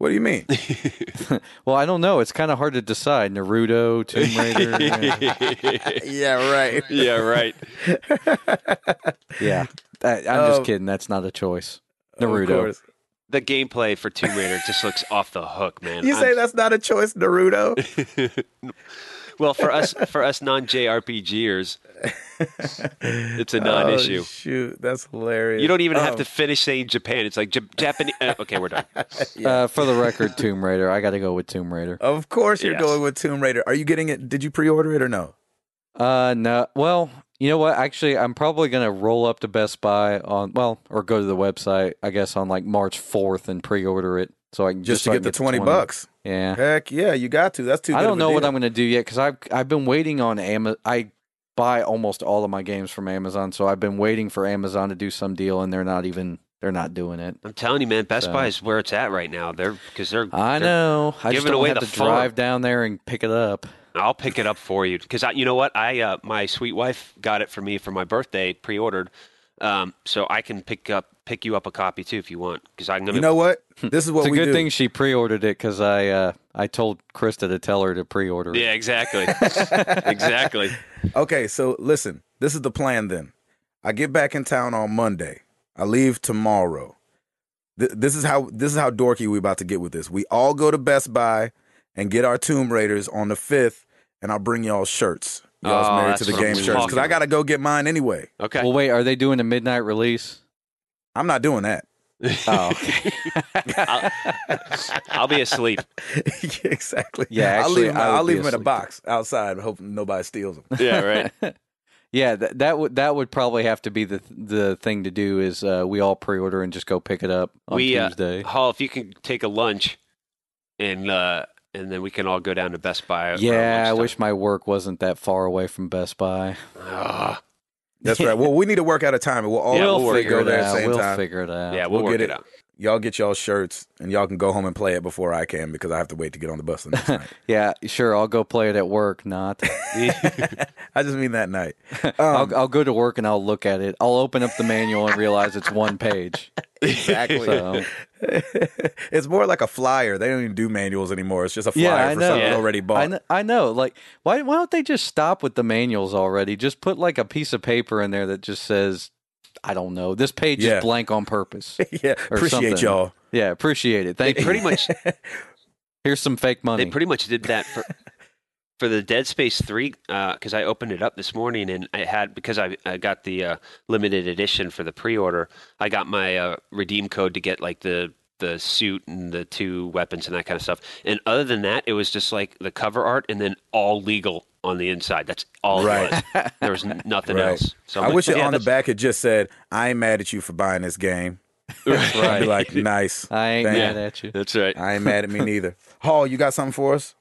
[SPEAKER 1] What do you mean?
[SPEAKER 3] Well, I don't know. It's kind of hard to decide. Naruto, Tomb Raider. yeah.
[SPEAKER 1] yeah, right.
[SPEAKER 2] yeah, right.
[SPEAKER 3] Yeah. I, I'm just
[SPEAKER 1] Um,
[SPEAKER 3] kidding. That's not a choice.
[SPEAKER 1] Of
[SPEAKER 3] Naruto.
[SPEAKER 1] course.
[SPEAKER 2] The gameplay for Tomb Raider just looks off the hook, man.
[SPEAKER 1] You say that's not a choice, Naruto.
[SPEAKER 2] that? Well, for us for us non JRPGers, it's a non-issue.
[SPEAKER 1] Oh, shoot, that's hilarious.
[SPEAKER 2] you don't even have
[SPEAKER 1] Um,
[SPEAKER 3] Oh.
[SPEAKER 2] to finish saying Japan. It's like Japanese. Uh, okay, we're done.
[SPEAKER 3] Uh, for the record, Tomb Raider. I got to go with Tomb Raider.
[SPEAKER 1] Oh, Of course, you're
[SPEAKER 2] Yes.
[SPEAKER 1] going with Tomb Raider. Are you getting it? Did you pre-order it or no?
[SPEAKER 3] Uh, no. Well, you know what? Actually, I'm probably gonna roll up to Best Buy on well, or go to the website. I guess on like March 4th and pre-order it so I can
[SPEAKER 1] Just, to
[SPEAKER 3] so I
[SPEAKER 1] get the
[SPEAKER 3] can
[SPEAKER 1] 20, bucks.
[SPEAKER 3] Yeah.
[SPEAKER 1] Heck yeah, you got to. That's too.
[SPEAKER 3] I
[SPEAKER 1] good
[SPEAKER 3] don't
[SPEAKER 1] of a
[SPEAKER 3] know what
[SPEAKER 1] deal.
[SPEAKER 3] I'm going to do yet because I've I've been waiting on Amazon. I buy almost all of my games from Amazon, so I've been waiting for Amazon to do some deal, and they're not even they're not doing it.
[SPEAKER 2] I'm telling you, man. Best
[SPEAKER 3] So-
[SPEAKER 2] Buy is where it's at right now. They're because they're.
[SPEAKER 3] I
[SPEAKER 2] they're-
[SPEAKER 3] know. I just
[SPEAKER 2] giving
[SPEAKER 3] don't
[SPEAKER 2] away
[SPEAKER 3] have
[SPEAKER 2] the
[SPEAKER 3] to
[SPEAKER 2] farm.
[SPEAKER 3] drive down there and pick it up.
[SPEAKER 2] I'll pick it up for you because I, you know what? I uh, my sweet wife got it for me for my birthday, pre-ordered. Um, so I can pick up pick you up a copy too if you want because I'm gonna.
[SPEAKER 1] You know what? This is what
[SPEAKER 3] It's a
[SPEAKER 1] we
[SPEAKER 3] good
[SPEAKER 1] do.
[SPEAKER 3] thing she pre-ordered it because I uh, I told Krista to tell her to pre-order it.
[SPEAKER 2] yeah, exactly, exactly.
[SPEAKER 1] Okay, so listen, this is the plan then. I get back in town on Monday. I leave tomorrow. Th- this is how this is how dorky we about to get with this. We all go to Best Buy and get our Tomb Raiders on the fifth, and I'll bring y'all shirts. Y'all's
[SPEAKER 2] Oh,
[SPEAKER 1] married
[SPEAKER 2] that's
[SPEAKER 1] to the
[SPEAKER 2] what I'm
[SPEAKER 1] game shirts because
[SPEAKER 2] talking
[SPEAKER 1] I gotta go get mine anyway.
[SPEAKER 2] Okay.
[SPEAKER 3] Well, wait, are they doing a midnight release?
[SPEAKER 1] I'm not doing that.
[SPEAKER 3] Oh,
[SPEAKER 2] I'll, I'll be asleep.
[SPEAKER 1] exactly.
[SPEAKER 3] Yeah,
[SPEAKER 1] I'll
[SPEAKER 3] actually,
[SPEAKER 1] leave them.
[SPEAKER 3] I would
[SPEAKER 1] I'll
[SPEAKER 3] be
[SPEAKER 1] leave them in a
[SPEAKER 3] asleep.
[SPEAKER 1] box outside, hoping nobody steals them.
[SPEAKER 2] Yeah, right.
[SPEAKER 3] yeah, th- that would that would probably have to be the the thing to do is uh, we all pre-order and just go pick it up on
[SPEAKER 2] We, uh,
[SPEAKER 3] Tuesday.
[SPEAKER 2] Hall, if you can take a lunch, and uh, and then we can all go down to Best Buy. around
[SPEAKER 3] Yeah, I
[SPEAKER 2] lunchtime.
[SPEAKER 3] wish my work wasn't that far away from Best Buy.
[SPEAKER 2] Ah,
[SPEAKER 1] That's right. Well, we need to work out a time, and we'll all
[SPEAKER 2] Yeah, we'll
[SPEAKER 1] hopefully
[SPEAKER 2] figure
[SPEAKER 1] go
[SPEAKER 3] it
[SPEAKER 1] there at
[SPEAKER 3] out.
[SPEAKER 1] the same
[SPEAKER 3] we'll
[SPEAKER 1] time.
[SPEAKER 3] figure it out.
[SPEAKER 2] yeah, we'll,
[SPEAKER 1] we'll
[SPEAKER 2] work
[SPEAKER 1] get it.
[SPEAKER 2] it out.
[SPEAKER 1] y'all get y'all shirts and y'all can go home and play it before I can because I have to wait to get on the bus the next night.
[SPEAKER 3] Yeah, sure. I'll go play it at work. Not.
[SPEAKER 1] I just mean that night. Um,
[SPEAKER 3] I'll, I'll go to work and I'll look at it. I'll open up the manual and realize it's one page.
[SPEAKER 1] Exactly.
[SPEAKER 3] So
[SPEAKER 1] it's more like a flyer. They don't even do manuals anymore. It's just a flyer
[SPEAKER 3] yeah, I
[SPEAKER 1] for
[SPEAKER 3] know.
[SPEAKER 1] something
[SPEAKER 2] Yeah.
[SPEAKER 1] already
[SPEAKER 3] I
[SPEAKER 1] bought.
[SPEAKER 3] know, I know. Like, why why don't they just stop with the manuals already? Just put like a piece of paper in there that just says, I don't know. This page
[SPEAKER 1] Yeah.
[SPEAKER 3] is blank on purpose.
[SPEAKER 1] yeah,
[SPEAKER 3] Or
[SPEAKER 1] appreciate
[SPEAKER 3] something.
[SPEAKER 1] y'all.
[SPEAKER 3] Yeah, appreciate it.
[SPEAKER 2] They
[SPEAKER 3] Thank you.
[SPEAKER 2] pretty much
[SPEAKER 3] Here's some fake money.
[SPEAKER 2] they pretty much did that for for the Dead Space three because I opened it up this morning and I had because I, I got the uh, limited edition for the pre order. I got my uh, redeem code to get like the the suit and the two weapons and that kind of stuff. And other than that, it was just like the cover art and then all legal on the inside. That's all
[SPEAKER 1] Right.
[SPEAKER 2] it was. There was n- nothing
[SPEAKER 1] Right.
[SPEAKER 2] else. So I'm
[SPEAKER 1] I
[SPEAKER 2] like,
[SPEAKER 1] wish it
[SPEAKER 2] yeah,
[SPEAKER 1] on the
[SPEAKER 2] that's-
[SPEAKER 1] back it just said, "I ain't mad at you for buying this game." I'd be like, "Nice."
[SPEAKER 3] I ain't
[SPEAKER 1] Thank-
[SPEAKER 3] mad at you.
[SPEAKER 2] That's right.
[SPEAKER 1] I ain't mad at me neither. Hall, you got something for us?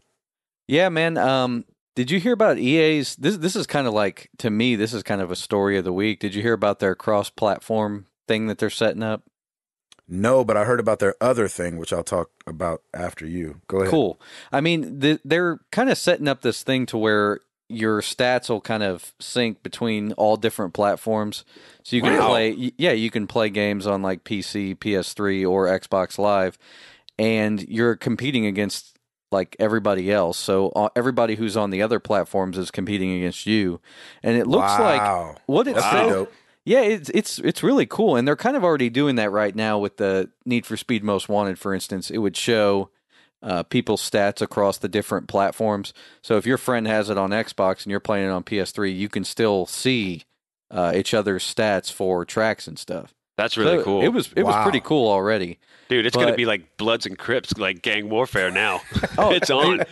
[SPEAKER 3] Yeah, man. Um, did you hear about EA's? This this is kind of like to me. This is kind of a story of the week. Did you hear about their cross-platform thing that they're setting up?
[SPEAKER 1] No, but I heard about their other thing, which I'll talk about after you. Go ahead.
[SPEAKER 3] Cool. I mean, th- they're kind of setting up this thing to where your stats will kind of sync between all different platforms. So you can
[SPEAKER 2] Wow.
[SPEAKER 3] play, y- yeah, you can play games on like PC, PS3, or Xbox Live, and you're competing against like everybody else. So uh, everybody who's on the other platforms is competing against you, and it looks like
[SPEAKER 1] wow.
[SPEAKER 3] what it
[SPEAKER 1] That's pretty
[SPEAKER 3] says-
[SPEAKER 1] dope.
[SPEAKER 3] yeah, it's it's it's really cool, and they're kind of already doing that right now with the Need for Speed Most Wanted, for instance. It would show uh, people's stats across the different platforms. So if your friend has it on Xbox and you're playing it on PS3, you can still see uh, each other's stats for tracks and stuff.
[SPEAKER 2] That's really
[SPEAKER 3] So
[SPEAKER 2] cool.
[SPEAKER 3] It was it was
[SPEAKER 1] Wow.
[SPEAKER 3] pretty cool already.
[SPEAKER 2] Dude, it's
[SPEAKER 3] but-
[SPEAKER 2] gonna be like Bloods and Crips, like gang warfare now.
[SPEAKER 3] Oh,
[SPEAKER 2] it's on.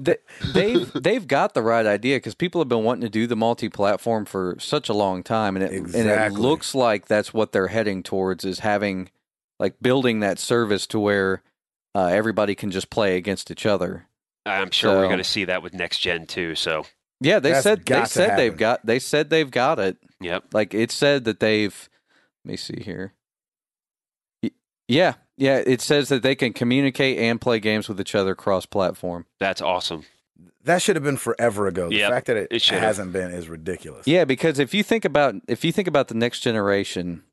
[SPEAKER 3] They, they've they've got the right idea because people have been wanting to do the multi-platform for such a long time, and it and it
[SPEAKER 1] Exactly.
[SPEAKER 3] looks like that's what they're heading towards is having like building that service to where uh, everybody can just play against each other.
[SPEAKER 2] I'm sure we're
[SPEAKER 3] So-
[SPEAKER 2] gonna see that with next gen too. So
[SPEAKER 3] Yeah, they
[SPEAKER 1] That's
[SPEAKER 3] said
[SPEAKER 1] got
[SPEAKER 3] they
[SPEAKER 1] to
[SPEAKER 3] said they've
[SPEAKER 1] happen.
[SPEAKER 3] got they said they've got it.
[SPEAKER 2] yep.
[SPEAKER 3] Like it said that they've. Let me see here. Y- Yeah, yeah. It says that they can communicate and play games with each other cross-platform.
[SPEAKER 2] That's awesome.
[SPEAKER 1] That should have been forever ago. The
[SPEAKER 2] Yep,
[SPEAKER 1] fact that it,
[SPEAKER 2] it should have.
[SPEAKER 1] hasn't been is ridiculous.
[SPEAKER 3] Yeah, because if you think about if you think about the next generation,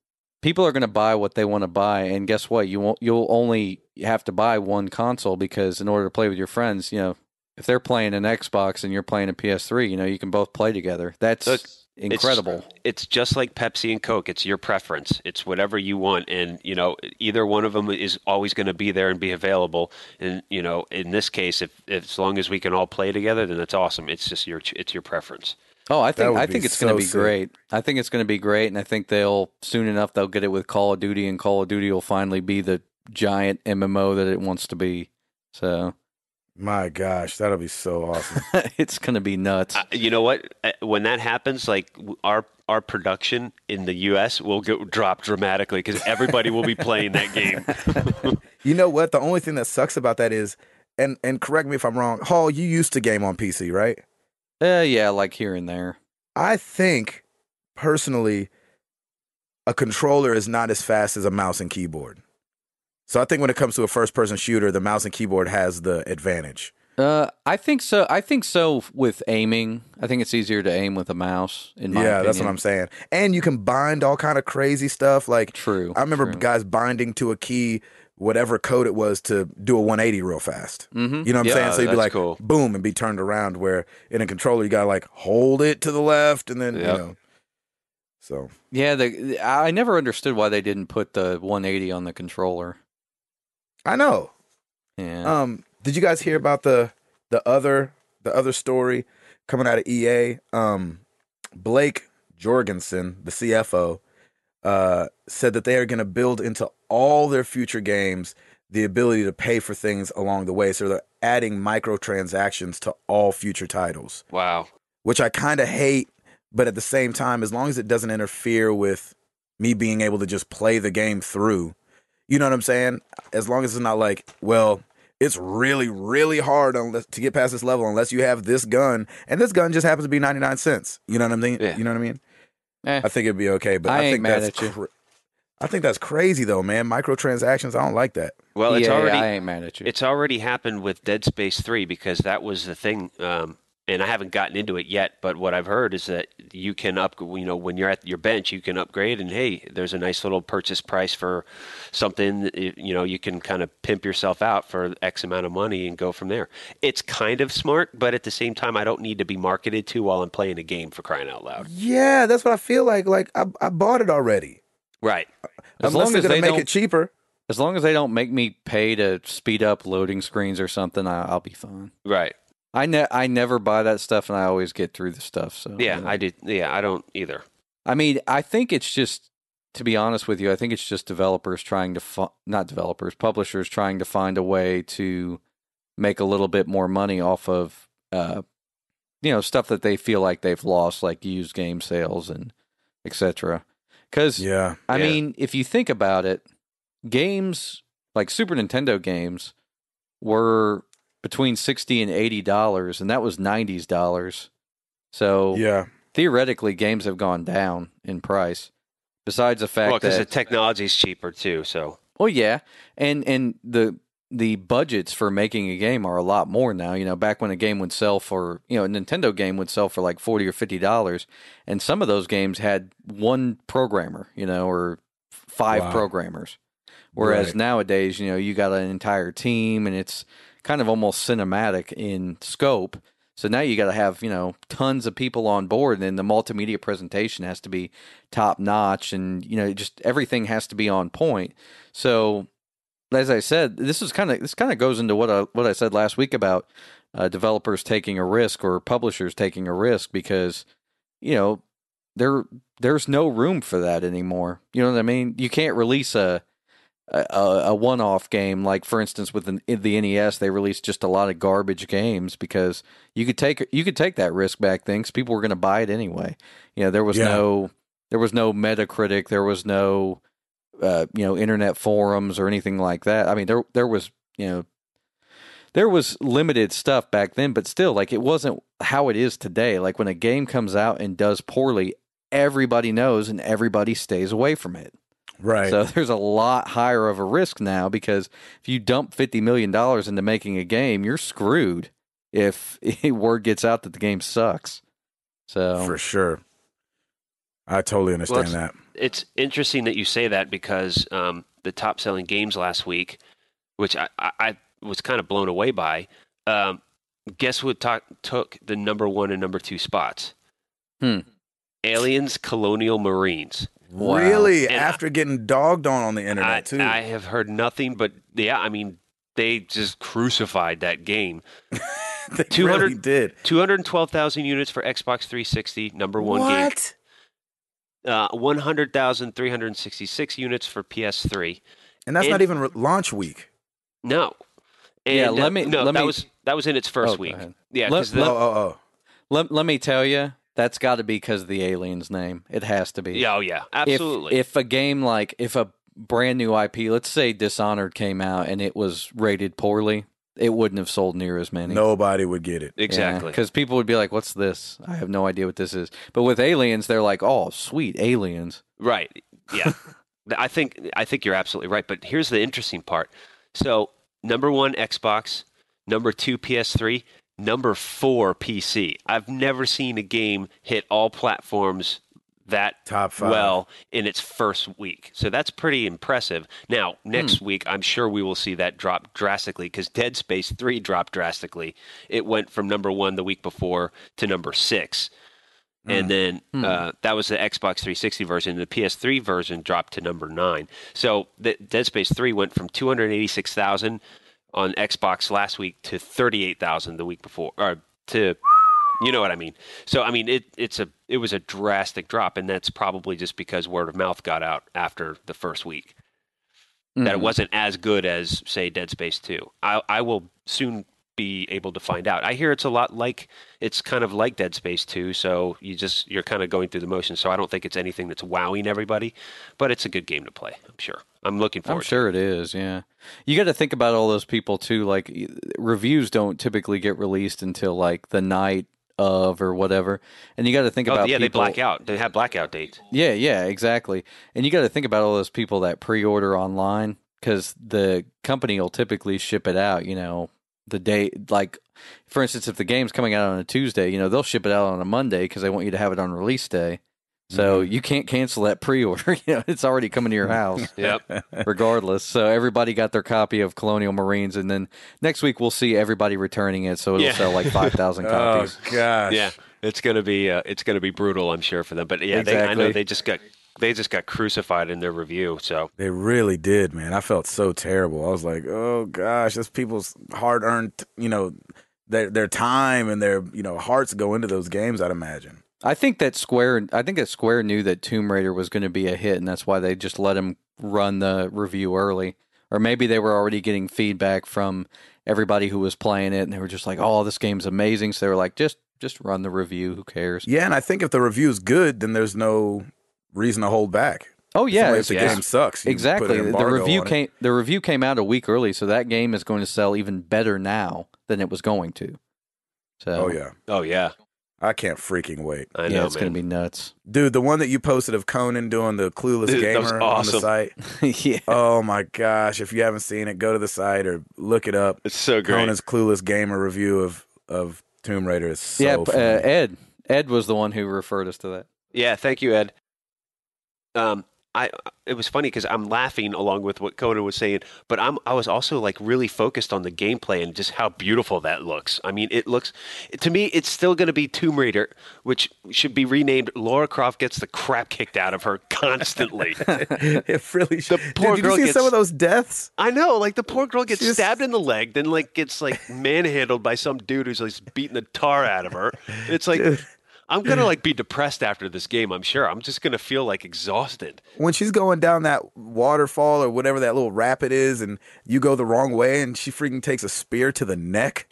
[SPEAKER 3] people are going to buy what they want to buy, and guess what? You won't. You'll only have to buy one console because in order to play with your friends, you know, if they're playing an Xbox and you're playing a PS3, you know, you can both play together. That's
[SPEAKER 2] Look, It's-
[SPEAKER 3] incredible.
[SPEAKER 2] It's, just like Pepsi and Coke. It's your preference. It's whatever you want, and you know either one of them is always going to be there and be available. And you know, in this case, if, if as long as we can all play together, then that's awesome. It's just your ch- it's your preference.
[SPEAKER 3] oh, I think
[SPEAKER 1] would
[SPEAKER 3] I
[SPEAKER 1] be
[SPEAKER 3] think it's
[SPEAKER 1] so
[SPEAKER 3] going to be
[SPEAKER 1] sick.
[SPEAKER 3] great. I think it's going to be great, and I think they'll soon enough they'll get it with Call of Duty, and Call of Duty will finally be the giant MMO that it wants to be. So
[SPEAKER 1] My gosh, that'll be so awesome.
[SPEAKER 3] it's going to be nuts.
[SPEAKER 2] Uh, you know what? Uh, When that happens, like w- our our production in the U.S. will go drop dramatically because everybody will be playing that game.
[SPEAKER 1] you know what? The only thing that sucks about that is, and and correct me if I'm wrong, Hall, you used to game on PC, right?
[SPEAKER 3] Uh, yeah, like here and there.
[SPEAKER 1] I think personally, a controller is not as fast as a mouse and keyboard. So I think when it comes to a first person shooter, the mouse and keyboard has the advantage.
[SPEAKER 3] Uh, I think so. I think so with aiming. I think it's easier to aim with a mouse. In my
[SPEAKER 1] yeah, that's what I'm saying. And you can bind all kind of crazy stuff. Like
[SPEAKER 3] True.
[SPEAKER 1] I remember
[SPEAKER 3] true.
[SPEAKER 1] guys binding to a key whatever code it was to do a 180 real fast.
[SPEAKER 3] Mhm.
[SPEAKER 1] You know what I'm
[SPEAKER 2] Mm-hmm. Yeah,
[SPEAKER 1] saying? So you'd be
[SPEAKER 2] that's
[SPEAKER 1] like
[SPEAKER 2] cool.
[SPEAKER 1] boom and be turned around where in a controller you got to like hold it to the left and then
[SPEAKER 2] Yep.
[SPEAKER 1] you know. So
[SPEAKER 3] Yeah, the, I never understood why they didn't put the 180 on the controller.
[SPEAKER 1] I know.
[SPEAKER 3] Yeah.
[SPEAKER 1] Um, did you guys hear about the the other the other story coming out of EA? Um, Blake Jorgensen, the CFO, uh, said that they are going to build into all their future games the ability to pay for things along the way. So they're adding microtransactions to all future titles,
[SPEAKER 2] Wow.
[SPEAKER 1] which I kind of hate. But at the same time, as long as it doesn't interfere with me being able to just play the game through, you know what I'm saying? As long as it's not like, well, it's really, really hard unless to get past this level unless you have this gun, and this gun just happens to be 99 cents. You know what I mean?
[SPEAKER 2] Yeah.
[SPEAKER 1] You know what I mean?
[SPEAKER 3] Eh.
[SPEAKER 1] I think it'd be okay, but
[SPEAKER 3] I
[SPEAKER 1] I,
[SPEAKER 3] ain't
[SPEAKER 1] think
[SPEAKER 3] mad
[SPEAKER 1] that's
[SPEAKER 3] at you.
[SPEAKER 1] cra- I think that's crazy though, man. Microtransactions, I don't like that.
[SPEAKER 2] Well, it's
[SPEAKER 3] EA,
[SPEAKER 2] already
[SPEAKER 3] I ain't mad at you.
[SPEAKER 2] It's already happened with Dead Space 3 because that was the thing. Um, and I haven't gotten into it yet, but what I've heard is that you can up, you know, when you're at your bench, you can upgrade, and hey, there's a nice little purchase price for something. that You you know, you can kind of pimp yourself out for X amount of money and go from there. It's kind of smart, but at the same time, I don't need to be marketed to while I'm playing a game for crying out loud.
[SPEAKER 1] Yeah, that's what I feel like. Like I, I bought it already.
[SPEAKER 2] Right.
[SPEAKER 1] Unless
[SPEAKER 3] As long
[SPEAKER 1] they're
[SPEAKER 3] as
[SPEAKER 1] gonna
[SPEAKER 3] they
[SPEAKER 1] make
[SPEAKER 3] don't-
[SPEAKER 1] it cheaper.
[SPEAKER 3] As long as they don't make me pay to speed up loading screens or something, I, I'll be fine.
[SPEAKER 2] Right.
[SPEAKER 3] I ne- I never buy that stuff, and I always get through the stuff. So
[SPEAKER 2] Yeah. I did. Yeah. I don't either.
[SPEAKER 3] I mean, I think it's just to be honest with you, I think it's just developers trying to fi- not developers, publishers trying to find a way to make a little bit more money off of uh you know, stuff that they feel like they've lost like used game sales and etc. Cuz
[SPEAKER 1] Yeah.
[SPEAKER 3] I
[SPEAKER 2] Yeah.
[SPEAKER 3] mean, if you think about it, games like Super Nintendo games were between 60 and 80 dollars and that was 90s dollars. So
[SPEAKER 1] Yeah.
[SPEAKER 3] theoretically games have gone down in price besides the fact
[SPEAKER 2] Well, because the
[SPEAKER 3] that
[SPEAKER 2] technology's cheaper too. So
[SPEAKER 3] well yeah and and the the budgets for making a game are a lot more now you know back when a game would sell for you know a nintendo game would sell for like 40 or 50 dollars and some of those games had one programmer you know or f- five
[SPEAKER 1] Wow.
[SPEAKER 3] programmers whereas
[SPEAKER 1] Right.
[SPEAKER 3] nowadays you know you got an entire team and it's kind of almost cinematic in scope so now you got to have you know tons of people on board, and then the multimedia presentation has to be top notch, and you know just everything has to be on point. So, as I said, this is kind of this kind of goes into what I what I said last week about uh, developers taking a risk or publishers taking a risk because you know there there's no room for that anymore. You know what I mean? You can't release a a, a one off game like for instance with an, the NES they released just a lot of garbage games because you could take you could take that risk back then 'cause people were going to buy it anyway. You know there was
[SPEAKER 1] Yeah.
[SPEAKER 3] no there was no Metacritic, there was no uh, you know internet forums or anything like that. I mean there there was you know there was limited stuff back then, but still, like it wasn't how it is today. Like when a game comes out and does poorly, everybody knows and everybody stays away from it.
[SPEAKER 1] Right.
[SPEAKER 3] So there's a lot higher of a risk now because if you dump fifty million dollars into making a game, you're screwed if word gets out that the game sucks. So
[SPEAKER 1] For sure. I totally understand
[SPEAKER 2] it's-
[SPEAKER 1] that.
[SPEAKER 2] it's interesting that you say that because um, the top selling games last week, which I, I, I was kind of blown away by, um, guess what to- took the number one and number two spots?
[SPEAKER 3] Hmm.
[SPEAKER 2] Aliens Colonial Marines.
[SPEAKER 3] Wow.
[SPEAKER 1] Really?
[SPEAKER 2] And I-
[SPEAKER 1] after getting dogged on on the internet
[SPEAKER 2] I,
[SPEAKER 1] too.
[SPEAKER 2] I have heard nothing but yeah, I mean they just crucified that game.
[SPEAKER 1] they
[SPEAKER 2] 200
[SPEAKER 1] really did.
[SPEAKER 2] 212,000 units for Xbox 360, number 1 game.
[SPEAKER 1] what?
[SPEAKER 2] Uh 100,366 units for PS3.
[SPEAKER 1] And that's
[SPEAKER 2] And-
[SPEAKER 1] not even re- launch week.
[SPEAKER 2] No. And
[SPEAKER 3] Yeah,
[SPEAKER 2] uh,
[SPEAKER 3] let me-
[SPEAKER 2] no,
[SPEAKER 3] let
[SPEAKER 2] that
[SPEAKER 3] me-
[SPEAKER 2] was that was in its first
[SPEAKER 3] Oh, go
[SPEAKER 2] week.
[SPEAKER 3] ahead.
[SPEAKER 2] Yeah,
[SPEAKER 3] Let-
[SPEAKER 2] 'cause
[SPEAKER 1] Oh,
[SPEAKER 2] the-
[SPEAKER 1] oh,
[SPEAKER 3] Let, let me tell you, that's got to be because of the alien's name. It has to be.
[SPEAKER 2] yeah, oh yeah,
[SPEAKER 3] If-
[SPEAKER 2] absolutely.
[SPEAKER 3] If, a game like, if a brand new IP, let's say Dishonored came out and it was rated poorly, it wouldn't have sold near as
[SPEAKER 1] oh.
[SPEAKER 3] many.
[SPEAKER 1] Nobody would get it.
[SPEAKER 2] exactly.
[SPEAKER 3] Because people would be like, what's this? I have no idea what this is. But with aliens, they're like, oh, sweet aliens.
[SPEAKER 2] Right. Yeah. Th- I think I think you're absolutely right. But here's the interesting part. So number one Xbox, number two PS3, number four PC. I've never seen a game hit all platforms that
[SPEAKER 1] Top five.
[SPEAKER 2] well in its first week. So that's pretty impressive. Now,
[SPEAKER 1] Hmm.
[SPEAKER 2] next week, I'm sure we will see that drop drastically because Dead Space 3 dropped drastically. It went from number one the week before to number six. And then
[SPEAKER 3] Hmm.
[SPEAKER 2] uh, that was the Xbox 360 version. The PS3 version dropped to number nine. So the Dead Space 3 went from 286,000 on Xbox last week to 38,000 the week before, or to you know what I mean. So I mean it it's a it was a drastic drop and that's probably just because word of mouth got out after the first week that it
[SPEAKER 3] Mhm.
[SPEAKER 2] wasn't as good as say Dead Space 2. I I will soon be able to find out. I hear it's a lot like it's kind of like Dead Space 2, so you just you're kind of going through the motions. So I don't think it's anything that's wowing everybody, but it's a good game to play, I'm sure. I'm looking forward
[SPEAKER 3] I'm sure it is. Yeah, you got to think about all those people too. Like y- reviews don't typically get released until like the night of or whatever, and you got to think
[SPEAKER 2] to it. Oh,
[SPEAKER 3] about
[SPEAKER 2] yeah, they
[SPEAKER 3] people-
[SPEAKER 2] black out. They have blackout dates.
[SPEAKER 3] Yeah, yeah, exactly. And you got to think about all those people that pre-order online because the company will typically ship it out. You know, the day like. For instance, if the game's coming out on a Tuesday, you know they'll ship it out on a Monday because they want you to have it on release day. So you can't cancel that pre-order. you know, it's already coming to your house
[SPEAKER 2] Yep.
[SPEAKER 3] regardless. So everybody got their copy of Colonial Marines, and then next week we'll see everybody returning it, so it'll
[SPEAKER 2] Yeah.
[SPEAKER 3] sell like five thousand
[SPEAKER 1] Oh
[SPEAKER 3] copies.
[SPEAKER 1] gosh.
[SPEAKER 2] yeah, it's gonna be uh, it's gonna be brutal, I'm sure for them. But yeah, they, I know
[SPEAKER 3] Exactly.
[SPEAKER 2] they just got they just got crucified in their review. So
[SPEAKER 1] They really did, man. I felt so terrible. I was like, oh gosh, that's people's hard earned, you know, their their time and their you know hearts go into those games. I'd imagine.
[SPEAKER 3] I think that Square, I think that Square knew that Tomb Raider was going to be a hit, and that's why they just let him run the review early. Or maybe they were already getting feedback from everybody who was playing it, and they were just like, "Oh, this game's amazing." So they were like, "Just, just run the review. Who cares?"
[SPEAKER 1] Yeah, and I think if the review's good, then there's no reason to hold back.
[SPEAKER 3] Oh yeah,
[SPEAKER 1] Only if the
[SPEAKER 2] yeah.
[SPEAKER 1] game sucks, you can put
[SPEAKER 3] Exactly.
[SPEAKER 1] an
[SPEAKER 3] The
[SPEAKER 1] embargo
[SPEAKER 3] review
[SPEAKER 1] on it.
[SPEAKER 3] came. The review came out a week early, so that game is going to sell even better now than it was going to. So
[SPEAKER 1] Oh yeah,
[SPEAKER 2] oh yeah,
[SPEAKER 1] I can't freaking wait,
[SPEAKER 2] I
[SPEAKER 3] yeah,
[SPEAKER 2] know,
[SPEAKER 3] it's
[SPEAKER 2] man.
[SPEAKER 3] going to be nuts.
[SPEAKER 1] dude. The one that you posted of Conan doing the clueless
[SPEAKER 2] Dude, that
[SPEAKER 1] gamer
[SPEAKER 2] was
[SPEAKER 1] on the
[SPEAKER 2] awesome.
[SPEAKER 1] site.
[SPEAKER 3] yeah,
[SPEAKER 1] Oh my gosh! If you haven't seen it, go to the site or look it up.
[SPEAKER 2] it's so great.
[SPEAKER 1] Conan's clueless gamer review of of Tomb Raider is so
[SPEAKER 3] yeah. Uh,
[SPEAKER 1] funny.
[SPEAKER 3] Ed, Ed was the one who referred us to that.
[SPEAKER 2] Yeah, thank you, Ed. Um, I it was funny because I'm laughing along with what Conan was saying, but I'm I was also like really focused on the gameplay and just how beautiful that looks. I mean, it looks to me it's still going to be Tomb Raider, which should be renamed. Laura Croft gets the crap kicked out of her constantly.
[SPEAKER 1] it really should. Dude,
[SPEAKER 2] poor
[SPEAKER 1] did
[SPEAKER 2] girl
[SPEAKER 1] you see
[SPEAKER 2] gets-
[SPEAKER 1] some of those deaths?
[SPEAKER 2] I know, like the poor girl gets
[SPEAKER 1] She's-
[SPEAKER 2] stabbed in the leg, then like gets like manhandled by some dude who's like beating the tar out of her. It's like I'm gonna like be depressed after this game. I'm sure. I'm just gonna feel like exhausted.
[SPEAKER 1] When she's going down that waterfall or whatever that little rapid is, and you go the wrong way, and she freaking takes a spear to the neck.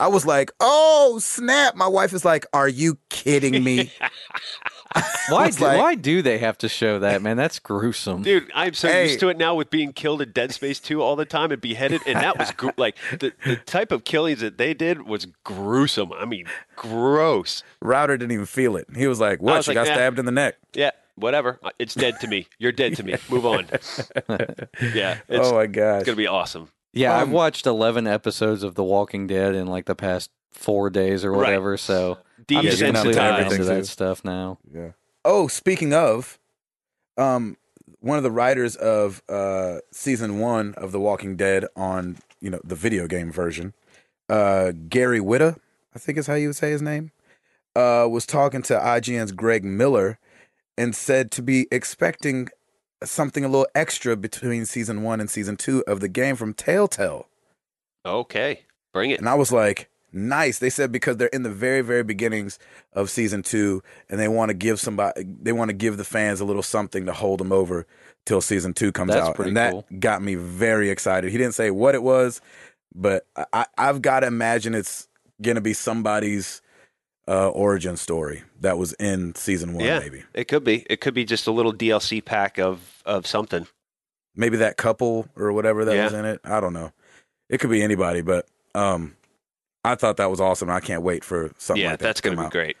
[SPEAKER 1] I was like, "Oh snap!" My wife is like, "Are you kidding me?"
[SPEAKER 3] Why?
[SPEAKER 1] It's
[SPEAKER 3] Do,
[SPEAKER 1] like-
[SPEAKER 3] why do they have to show that, man? That's gruesome.
[SPEAKER 2] Dude, I'm so
[SPEAKER 1] Hey.
[SPEAKER 2] used to it now with being killed in Dead Space 2 all the time and beheaded. And that was gr- like the, the type of killings that they did was gruesome. I mean, gross.
[SPEAKER 1] Router didn't even feel it. He was like, "What?"
[SPEAKER 2] was
[SPEAKER 1] she
[SPEAKER 2] like,
[SPEAKER 1] got
[SPEAKER 2] "Nah."
[SPEAKER 1] stabbed in the neck.
[SPEAKER 2] Yeah, whatever. Uh, It's dead to me. You're dead to me. Move on. Yeah, it's,
[SPEAKER 1] oh my gosh!
[SPEAKER 2] it's going to be awesome.
[SPEAKER 3] Yeah,
[SPEAKER 1] Um,
[SPEAKER 3] I've watched eleven episodes of The Walking Dead in like the past four days or
[SPEAKER 2] Right.
[SPEAKER 3] whatever. So I'm just
[SPEAKER 1] Desensitized.
[SPEAKER 3] completely
[SPEAKER 2] Desensitized.
[SPEAKER 3] into
[SPEAKER 1] Everything.
[SPEAKER 3] that stuff now.
[SPEAKER 1] Yeah. Oh, speaking of, um, one of the writers of uh, season one of The Walking Dead on you know the video game version, uh, Gary Whitta, I think is how you would say his name. uh, was talking to IGN's Greg Miller and said to be expecting something a little extra between season one and season two of the game from Telltale.
[SPEAKER 2] Okay, bring it.
[SPEAKER 1] And I was like, nice. They said because they're in the very, very beginnings of season two and they want to give somebody, they want to give the fans a little something to hold them over till season two comes
[SPEAKER 3] That's
[SPEAKER 1] out.
[SPEAKER 3] pretty
[SPEAKER 1] and that
[SPEAKER 3] cool.
[SPEAKER 1] got me very excited. He didn't say what it was, but I, I, I've got to imagine it's going to be somebody's uh, origin story that was in season one,
[SPEAKER 2] Yeah.
[SPEAKER 1] maybe.
[SPEAKER 2] It could be. It could be just a little DLC pack of of something.
[SPEAKER 1] maybe that couple or whatever that
[SPEAKER 2] Yeah.
[SPEAKER 1] was in it. I don't know. It could be anybody, but um, I thought that was awesome. I can't wait for something
[SPEAKER 2] yeah,
[SPEAKER 1] like that.
[SPEAKER 2] that's
[SPEAKER 1] to
[SPEAKER 2] going
[SPEAKER 1] come
[SPEAKER 2] to be
[SPEAKER 1] out.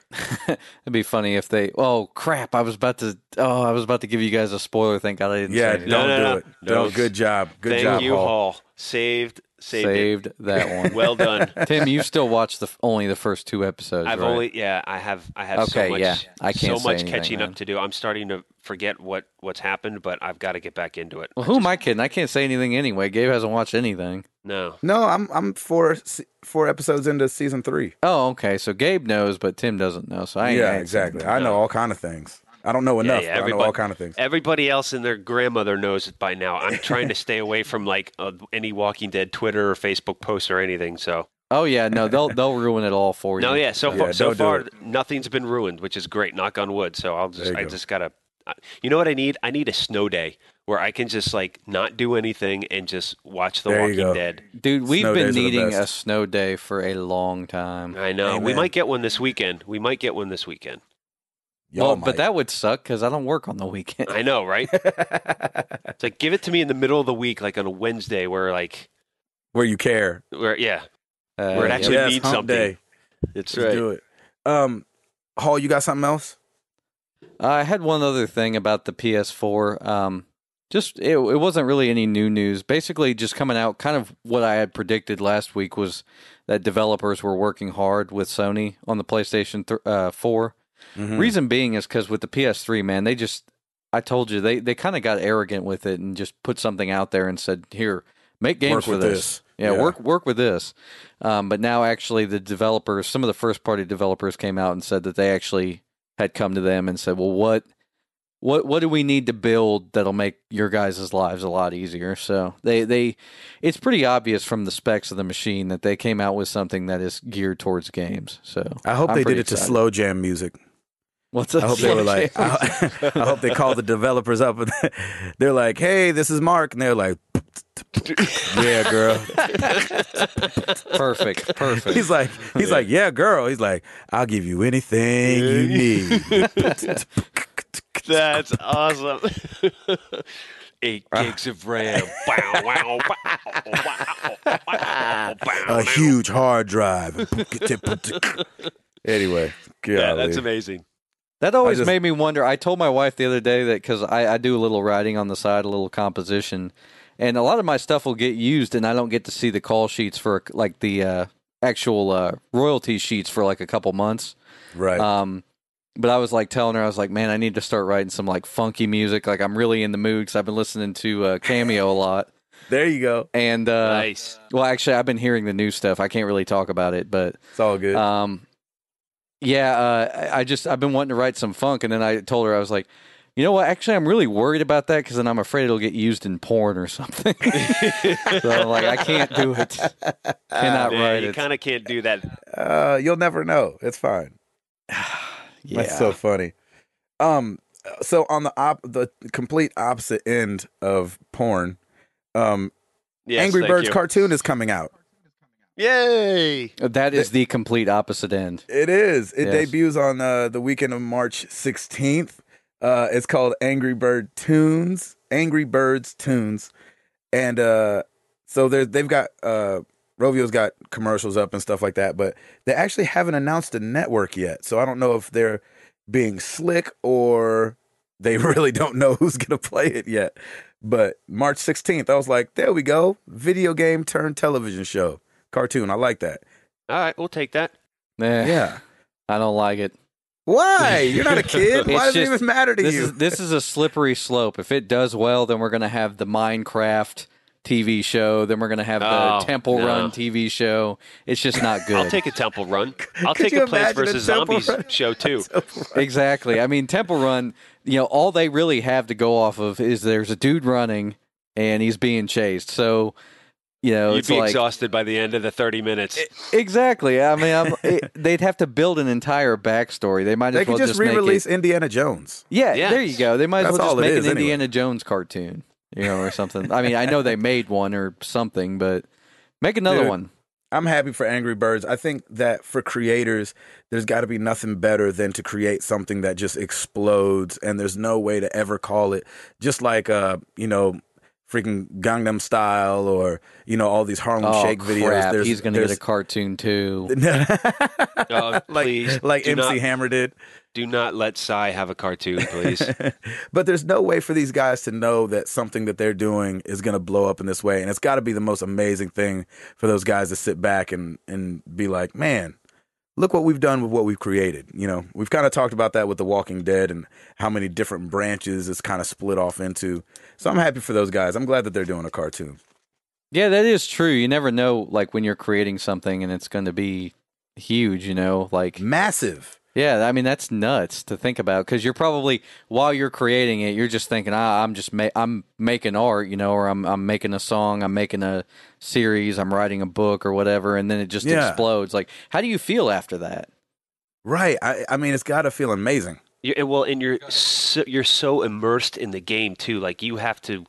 [SPEAKER 2] great.
[SPEAKER 3] It'd be funny if they. Oh crap! I was about to. Oh, I was about to give you guys a spoiler. Thank God I didn't.
[SPEAKER 1] Yeah,
[SPEAKER 3] say anything.
[SPEAKER 1] don't
[SPEAKER 2] No,
[SPEAKER 1] do
[SPEAKER 2] no,
[SPEAKER 1] it.
[SPEAKER 2] no.
[SPEAKER 1] No,
[SPEAKER 2] No.
[SPEAKER 1] good job. Good
[SPEAKER 2] Thank
[SPEAKER 1] job.
[SPEAKER 2] you,
[SPEAKER 1] Paul.
[SPEAKER 2] Hall. Saved, saved,
[SPEAKER 3] saved that
[SPEAKER 2] it.
[SPEAKER 3] one.
[SPEAKER 2] Well done.
[SPEAKER 3] Tim, you still watch the only the first two episodes.
[SPEAKER 2] I've
[SPEAKER 3] right?
[SPEAKER 2] only yeah, I have I have so
[SPEAKER 3] Okay,
[SPEAKER 2] much
[SPEAKER 3] yeah. I can't
[SPEAKER 2] so
[SPEAKER 3] say
[SPEAKER 2] much
[SPEAKER 3] anything,
[SPEAKER 2] catching
[SPEAKER 3] man.
[SPEAKER 2] up to do. I'm starting to forget what what's happened, but I've got to get back into it.
[SPEAKER 3] Well, who am I kidding? I can't say anything anyway. Gabe hasn't watched anything.
[SPEAKER 2] No.
[SPEAKER 1] No, I'm I'm four se- four episodes into season three.
[SPEAKER 3] Oh, okay. So Gabe knows, but Tim doesn't know. So I ain't
[SPEAKER 1] yeah,
[SPEAKER 3] asking.
[SPEAKER 1] exactly. I know
[SPEAKER 2] No.
[SPEAKER 1] all kind of things. I don't know
[SPEAKER 2] Yeah,
[SPEAKER 1] enough.
[SPEAKER 2] yeah,
[SPEAKER 1] but I know
[SPEAKER 2] everybody-
[SPEAKER 1] all kind of things.
[SPEAKER 2] Everybody else and their grandmother knows it by now. I'm trying to stay away from like uh, any Walking Dead Twitter or Facebook posts or anything. So
[SPEAKER 3] Oh yeah, no, they'll they'll ruin it all for you.
[SPEAKER 2] no, yeah, so
[SPEAKER 1] Yeah,
[SPEAKER 2] far, so
[SPEAKER 1] don't do
[SPEAKER 2] far
[SPEAKER 1] it.
[SPEAKER 2] nothing's been ruined, which is great. Knock on wood. So I'll just
[SPEAKER 1] There you
[SPEAKER 2] I
[SPEAKER 1] go.
[SPEAKER 2] just gotta. I- You know what I need? I need a snow day where I can just like not do anything and just watch The
[SPEAKER 1] There you go.
[SPEAKER 2] Walking Dead.
[SPEAKER 3] dude, we've
[SPEAKER 1] Snow
[SPEAKER 3] been
[SPEAKER 1] days are the
[SPEAKER 3] needing
[SPEAKER 1] best.
[SPEAKER 3] a snow day for a long time.
[SPEAKER 2] I know we
[SPEAKER 1] Amen.
[SPEAKER 2] might get one this weekend. We might get one this weekend.
[SPEAKER 1] Y'all
[SPEAKER 3] well, but that would suck because I don't work on the weekend.
[SPEAKER 2] I know, right?
[SPEAKER 1] that
[SPEAKER 2] It's like give it to me in the middle of the week, like on a Wednesday, where like
[SPEAKER 1] where you care.
[SPEAKER 2] where yeah,
[SPEAKER 3] Uh,
[SPEAKER 2] Where it
[SPEAKER 3] yeah.
[SPEAKER 2] actually
[SPEAKER 1] yes,
[SPEAKER 2] means
[SPEAKER 1] hump
[SPEAKER 2] something.
[SPEAKER 1] Day.
[SPEAKER 2] it's
[SPEAKER 1] Let's do it. Um, Hall, you got something else?
[SPEAKER 3] I had one other thing about the PS4. Um, just it, it wasn't really any new news. Basically, just coming out, kind of what I had predicted last week was that developers were working hard with Sony on the PlayStation th- uh, 4.
[SPEAKER 1] Mm-hmm. Hmm.
[SPEAKER 3] Reason being is because with the PS3, man, they just I told you they they kind of got arrogant with it and just put something out there and said, "Here, make games
[SPEAKER 1] Work
[SPEAKER 3] with
[SPEAKER 1] with
[SPEAKER 3] this."
[SPEAKER 1] this.
[SPEAKER 3] Yeah,
[SPEAKER 1] Yeah.
[SPEAKER 3] work work with this. Um, but now actually, the developers, some of the first party developers, came out and said that they actually had come to them and said, "Well, what." What what do we need to build that'll make your guys' lives a lot easier? So they, they it's pretty obvious from the specs of the machine that they came out with something that is geared towards games. So
[SPEAKER 1] I hope
[SPEAKER 3] I'm
[SPEAKER 1] they did
[SPEAKER 3] pretty
[SPEAKER 1] it to
[SPEAKER 3] excited.
[SPEAKER 1] slow jam music.
[SPEAKER 3] What's
[SPEAKER 1] I hope they were like, "Ah." I, I hope they called the developers up. And they're like, "Hey, this is Mark," and they're like, "Yeah, girl."
[SPEAKER 3] perfect, perfect.
[SPEAKER 1] He's like, he's like, "Yeah, girl." He's like, "I'll give you anything you need."
[SPEAKER 2] That's awesome. Eight gigs of RAM. Wow, wow, wow, wow, wow, wow.
[SPEAKER 1] A huge hard drive. anyway,
[SPEAKER 2] Yeah,
[SPEAKER 1] golly.
[SPEAKER 2] that's amazing.
[SPEAKER 3] That always
[SPEAKER 1] just-
[SPEAKER 3] made me wonder. I told my wife the other day that because I, I do a little writing on the side, a little composition, and a lot of my stuff will get used, and I don't get to see the call sheets for like the uh, actual uh, royalty sheets for like a couple months.
[SPEAKER 1] right.
[SPEAKER 2] Uh,
[SPEAKER 3] Um, but I was like telling her, I was like, man, I need to start writing some like funky music. Like I'm really in the mood because I've been listening to uh, Cameo a lot,
[SPEAKER 1] there you go.
[SPEAKER 3] and uh,
[SPEAKER 2] nice.
[SPEAKER 3] well, actually, I've been hearing the new stuff. I can't really talk about it, but
[SPEAKER 1] It's all
[SPEAKER 2] uh,
[SPEAKER 1] good.
[SPEAKER 3] um, yeah, uh, I- I just I've been wanting to write some funk, and then I told her I was like, you know what? Actually, I'm really worried about that because then I'm afraid it'll get used in porn or something. so I'm like, I can't do it. Cannot
[SPEAKER 2] Yeah,
[SPEAKER 3] write
[SPEAKER 2] you
[SPEAKER 3] it.
[SPEAKER 2] kind of can't do that.
[SPEAKER 1] Uh, you'll never know. It's fine.
[SPEAKER 3] yeah.
[SPEAKER 1] That's so funny. Um, so on the op- the complete opposite end of porn, um,
[SPEAKER 2] Yes,
[SPEAKER 1] Angry
[SPEAKER 2] thank
[SPEAKER 1] Birds
[SPEAKER 2] you.
[SPEAKER 1] cartoon is coming out.
[SPEAKER 2] Yay!
[SPEAKER 3] Uh, that is the complete opposite end.
[SPEAKER 1] It is. It
[SPEAKER 3] Yes.
[SPEAKER 1] debuts on uh, the weekend of March 16th. Uh, it's called Angry Bird Tunes. Angry Birds Tunes, and uh, so there- they've got uh, Rovio's got commercials up and stuff like that, but they actually haven't announced a network yet. So I don't know if they're being slick or they really don't know who's gonna play it yet. But March 16th, I was like, there we go, video game turned television show cartoon. I like that.
[SPEAKER 2] All right, we'll take that.
[SPEAKER 3] Eh,
[SPEAKER 1] Yeah.
[SPEAKER 3] I don't like it.
[SPEAKER 1] Why? You're not a kid. Why does
[SPEAKER 3] It's
[SPEAKER 1] it
[SPEAKER 3] just-
[SPEAKER 1] even matter to
[SPEAKER 3] This
[SPEAKER 1] you?
[SPEAKER 3] is this is a slippery slope. If it does well, then we're gonna have the Minecraft TV show. Then we're gonna have the
[SPEAKER 2] Oh,
[SPEAKER 3] Temple
[SPEAKER 2] no.
[SPEAKER 3] Run TV show. It's just not good.
[SPEAKER 2] I'll take a Temple Run. I'll
[SPEAKER 1] Could
[SPEAKER 2] take
[SPEAKER 1] you
[SPEAKER 2] a Plants
[SPEAKER 1] imagine a
[SPEAKER 2] vs
[SPEAKER 1] Temple
[SPEAKER 2] Zombies
[SPEAKER 1] Run?
[SPEAKER 2] show too.
[SPEAKER 3] exactly. I mean, Temple Run, you know, all they really have to go off of is there's a dude running and he's being chased. So, you know,
[SPEAKER 2] You'd
[SPEAKER 3] it's
[SPEAKER 2] be
[SPEAKER 3] like
[SPEAKER 2] exhausted by the end of the thirty minutes.
[SPEAKER 3] exactly. I mean, I'm, it, they'd have to build an entire backstory. They might
[SPEAKER 1] They
[SPEAKER 3] as
[SPEAKER 1] could
[SPEAKER 3] well
[SPEAKER 1] just,
[SPEAKER 3] just make
[SPEAKER 1] re-release
[SPEAKER 3] it.
[SPEAKER 1] Indiana Jones.
[SPEAKER 3] Yeah,
[SPEAKER 2] Yes.
[SPEAKER 3] there you go. They might as
[SPEAKER 1] That's
[SPEAKER 3] well just
[SPEAKER 1] all it
[SPEAKER 3] make
[SPEAKER 1] is
[SPEAKER 3] an
[SPEAKER 1] anyway.
[SPEAKER 3] Indiana Jones cartoon, you know, or something. I mean, I know they made one or something, but make another
[SPEAKER 1] Dude.
[SPEAKER 3] one.
[SPEAKER 1] I'm happy for Angry Birds. I think that for creators, there's got to be nothing better than to create something that just explodes, and there's no way to ever call it just like uh, you know, freaking Gangnam Style or you know all these Harlem
[SPEAKER 3] oh,
[SPEAKER 1] Shake videos.
[SPEAKER 3] crap.
[SPEAKER 1] There's,
[SPEAKER 3] He's going to get a
[SPEAKER 1] there's,
[SPEAKER 3] cartoon too.
[SPEAKER 2] Oh,
[SPEAKER 1] like
[SPEAKER 2] please,
[SPEAKER 1] like
[SPEAKER 2] do
[SPEAKER 1] MC
[SPEAKER 2] not-
[SPEAKER 1] Hammer did.
[SPEAKER 2] Do not let Psy have a cartoon, please.
[SPEAKER 1] but there's no way for these guys to know that something that they're doing is going to blow up in this way and it's got to be the most amazing thing for those guys to sit back and and be like man look what we've done with what we've created you know we've kind of talked about that with the walking dead and how many different branches it's kind of split off into so i'm happy for those guys i'm glad that they're doing a cartoon
[SPEAKER 3] Yeah, that is true. You never know, like when you're creating something and it's going to be huge. You know, like
[SPEAKER 1] massive
[SPEAKER 3] yeah, I mean that's nuts to think about because you're probably while you're creating it, you're just thinking, ah, I'm just ma- I'm making art, you know, or I'm I'm making a song, I'm making a series, I'm writing a book or whatever, and then it just
[SPEAKER 1] Yeah.
[SPEAKER 3] explodes. Like, how do you feel after that?
[SPEAKER 1] right i, I mean it's got to feel amazing
[SPEAKER 2] You, and well, and you're so, you're so immersed in the game too. Like you have to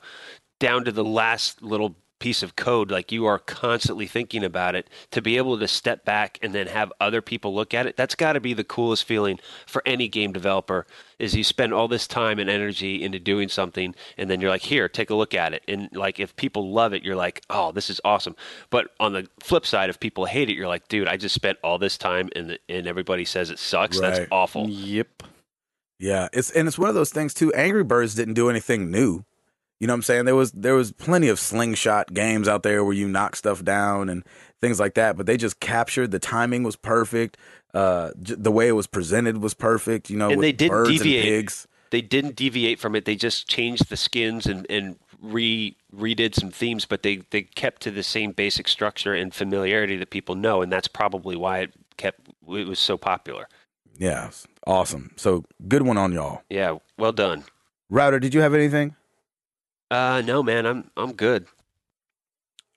[SPEAKER 2] down to the last little piece of code. Like you are constantly thinking about it. To be able to step back and then have other people look at it, that's got to be the coolest feeling for any game developer. Is you spend all this time and energy into doing something, and then you're like, here, take a look at it. And like if people love it, you're like, oh, this is awesome. But on the flip side, if people hate it, you're like, dude, I just spent all this time and and everybody says it sucks.
[SPEAKER 1] Right.
[SPEAKER 2] That's awful.
[SPEAKER 3] Yep.
[SPEAKER 1] Yeah, it's and it's one of those things too. Angry Birds didn't do anything new. You know what I'm saying? There was there was plenty of slingshot games out there where you knock stuff down and things like that, but they just captured the timing was perfect. Uh, j- the way it was presented was perfect. You know,
[SPEAKER 2] And
[SPEAKER 1] with
[SPEAKER 2] they didn't
[SPEAKER 1] birds
[SPEAKER 2] deviate.
[SPEAKER 1] and pigs.
[SPEAKER 2] they didn't deviate from it. They just changed the skins and and re redid some themes, but they they kept to the same basic structure and familiarity that people know, and that's probably why it kept it was so popular.
[SPEAKER 1] Yeah, it's awesome. So good one on y'all.
[SPEAKER 2] Yeah, well done.
[SPEAKER 1] Router, did you have anything?
[SPEAKER 2] Uh, no, man, I'm I'm good.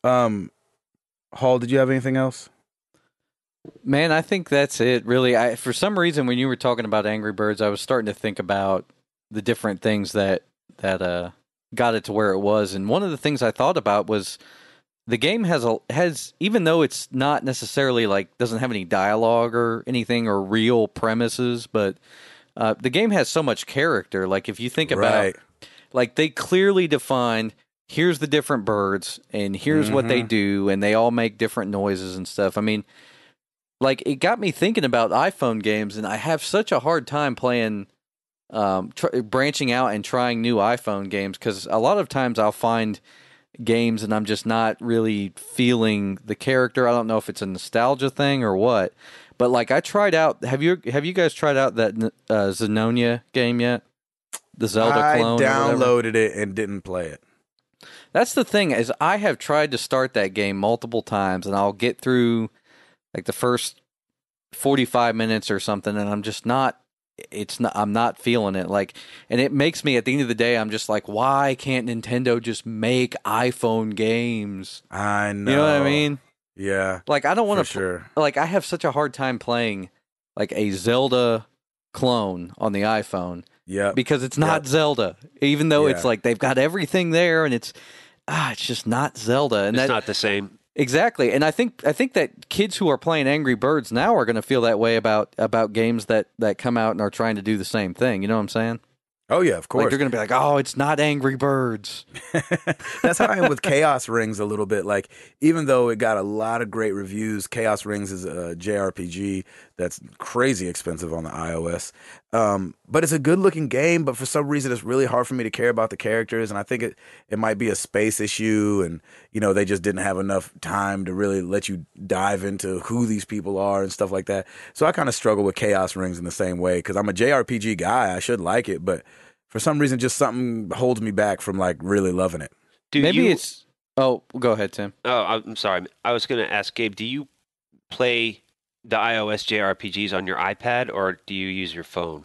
[SPEAKER 1] Um, Hall, did you have anything else?
[SPEAKER 3] Man, I think that's it. Really, I for some reason when you were talking about Angry Birds, I was starting to think about the different things that that uh got it to where it was. And one of the things I thought about was the game has a has even though it's not necessarily like doesn't have any dialogue or anything or real premises, but uh, the game has so much character. Like if you think about
[SPEAKER 1] Right.
[SPEAKER 3] like they clearly defined here's the different birds and here's what they
[SPEAKER 1] Mhm.
[SPEAKER 3] do and they all make different noises and stuff i mean like it got me thinking about iphone games and i have such a hard time playing um tr- branching out and trying new iphone games because a lot of times i'll find games and i'm just not really feeling the character i don't know if it's a nostalgia thing or what but like i tried out have you have you guys tried out that uh, xenonia game yet the zelda
[SPEAKER 1] I
[SPEAKER 3] clone or whatever?
[SPEAKER 1] downloaded it and didn't play it.
[SPEAKER 3] That's the thing is I have tried to start that game multiple times and I'll get through like the first 45 minutes or something and I'm just not it's not I'm not feeling it like and it makes me at the end of the day I'm just like why can't Nintendo just make iPhone games?
[SPEAKER 1] I know.
[SPEAKER 3] You know what I mean?
[SPEAKER 1] Yeah,
[SPEAKER 3] Like I don't
[SPEAKER 1] for
[SPEAKER 3] want to
[SPEAKER 1] sure.
[SPEAKER 3] like I have such a hard time playing like a Zelda clone on the iPhone
[SPEAKER 1] Uh, Yeah.
[SPEAKER 3] because it's not Zelda even though it's
[SPEAKER 1] Yeah.
[SPEAKER 3] like they've got everything there and it's ah it's just not Zelda and
[SPEAKER 2] It's
[SPEAKER 3] that
[SPEAKER 2] not the same.
[SPEAKER 3] Exactly, and I think I think that kids who are playing Angry Birds now are going to feel that way about about games that that come out and are trying to do the same thing. You know what I'm saying?
[SPEAKER 1] Oh yeah, of course.
[SPEAKER 3] Like they're going to be like, "Oh, it's not Angry Birds."
[SPEAKER 1] That's how I am with Chaos Rings a little bit. Like, even though it got a lot of great reviews, Chaos Rings is a JRPG that's crazy expensive on the iOS. Um, but it's a good looking game, but for some reason, it's really hard for me to care about the characters. And I think it, it might be a space issue. And, you know, they just didn't have enough time to really let you dive into who these people are and stuff like that. So I kind of struggle with Chaos Rings in the same way because I'm a JRPG guy. I should like it, but. For some reason, just something holds me back from like really loving it.
[SPEAKER 2] Do
[SPEAKER 3] Maybe
[SPEAKER 2] you,
[SPEAKER 3] it's Oh, go ahead, Tim.
[SPEAKER 2] Oh, I'm sorry. I was going to ask Gabe, do you play the iOS JRPGs on your iPad or do you use your phone?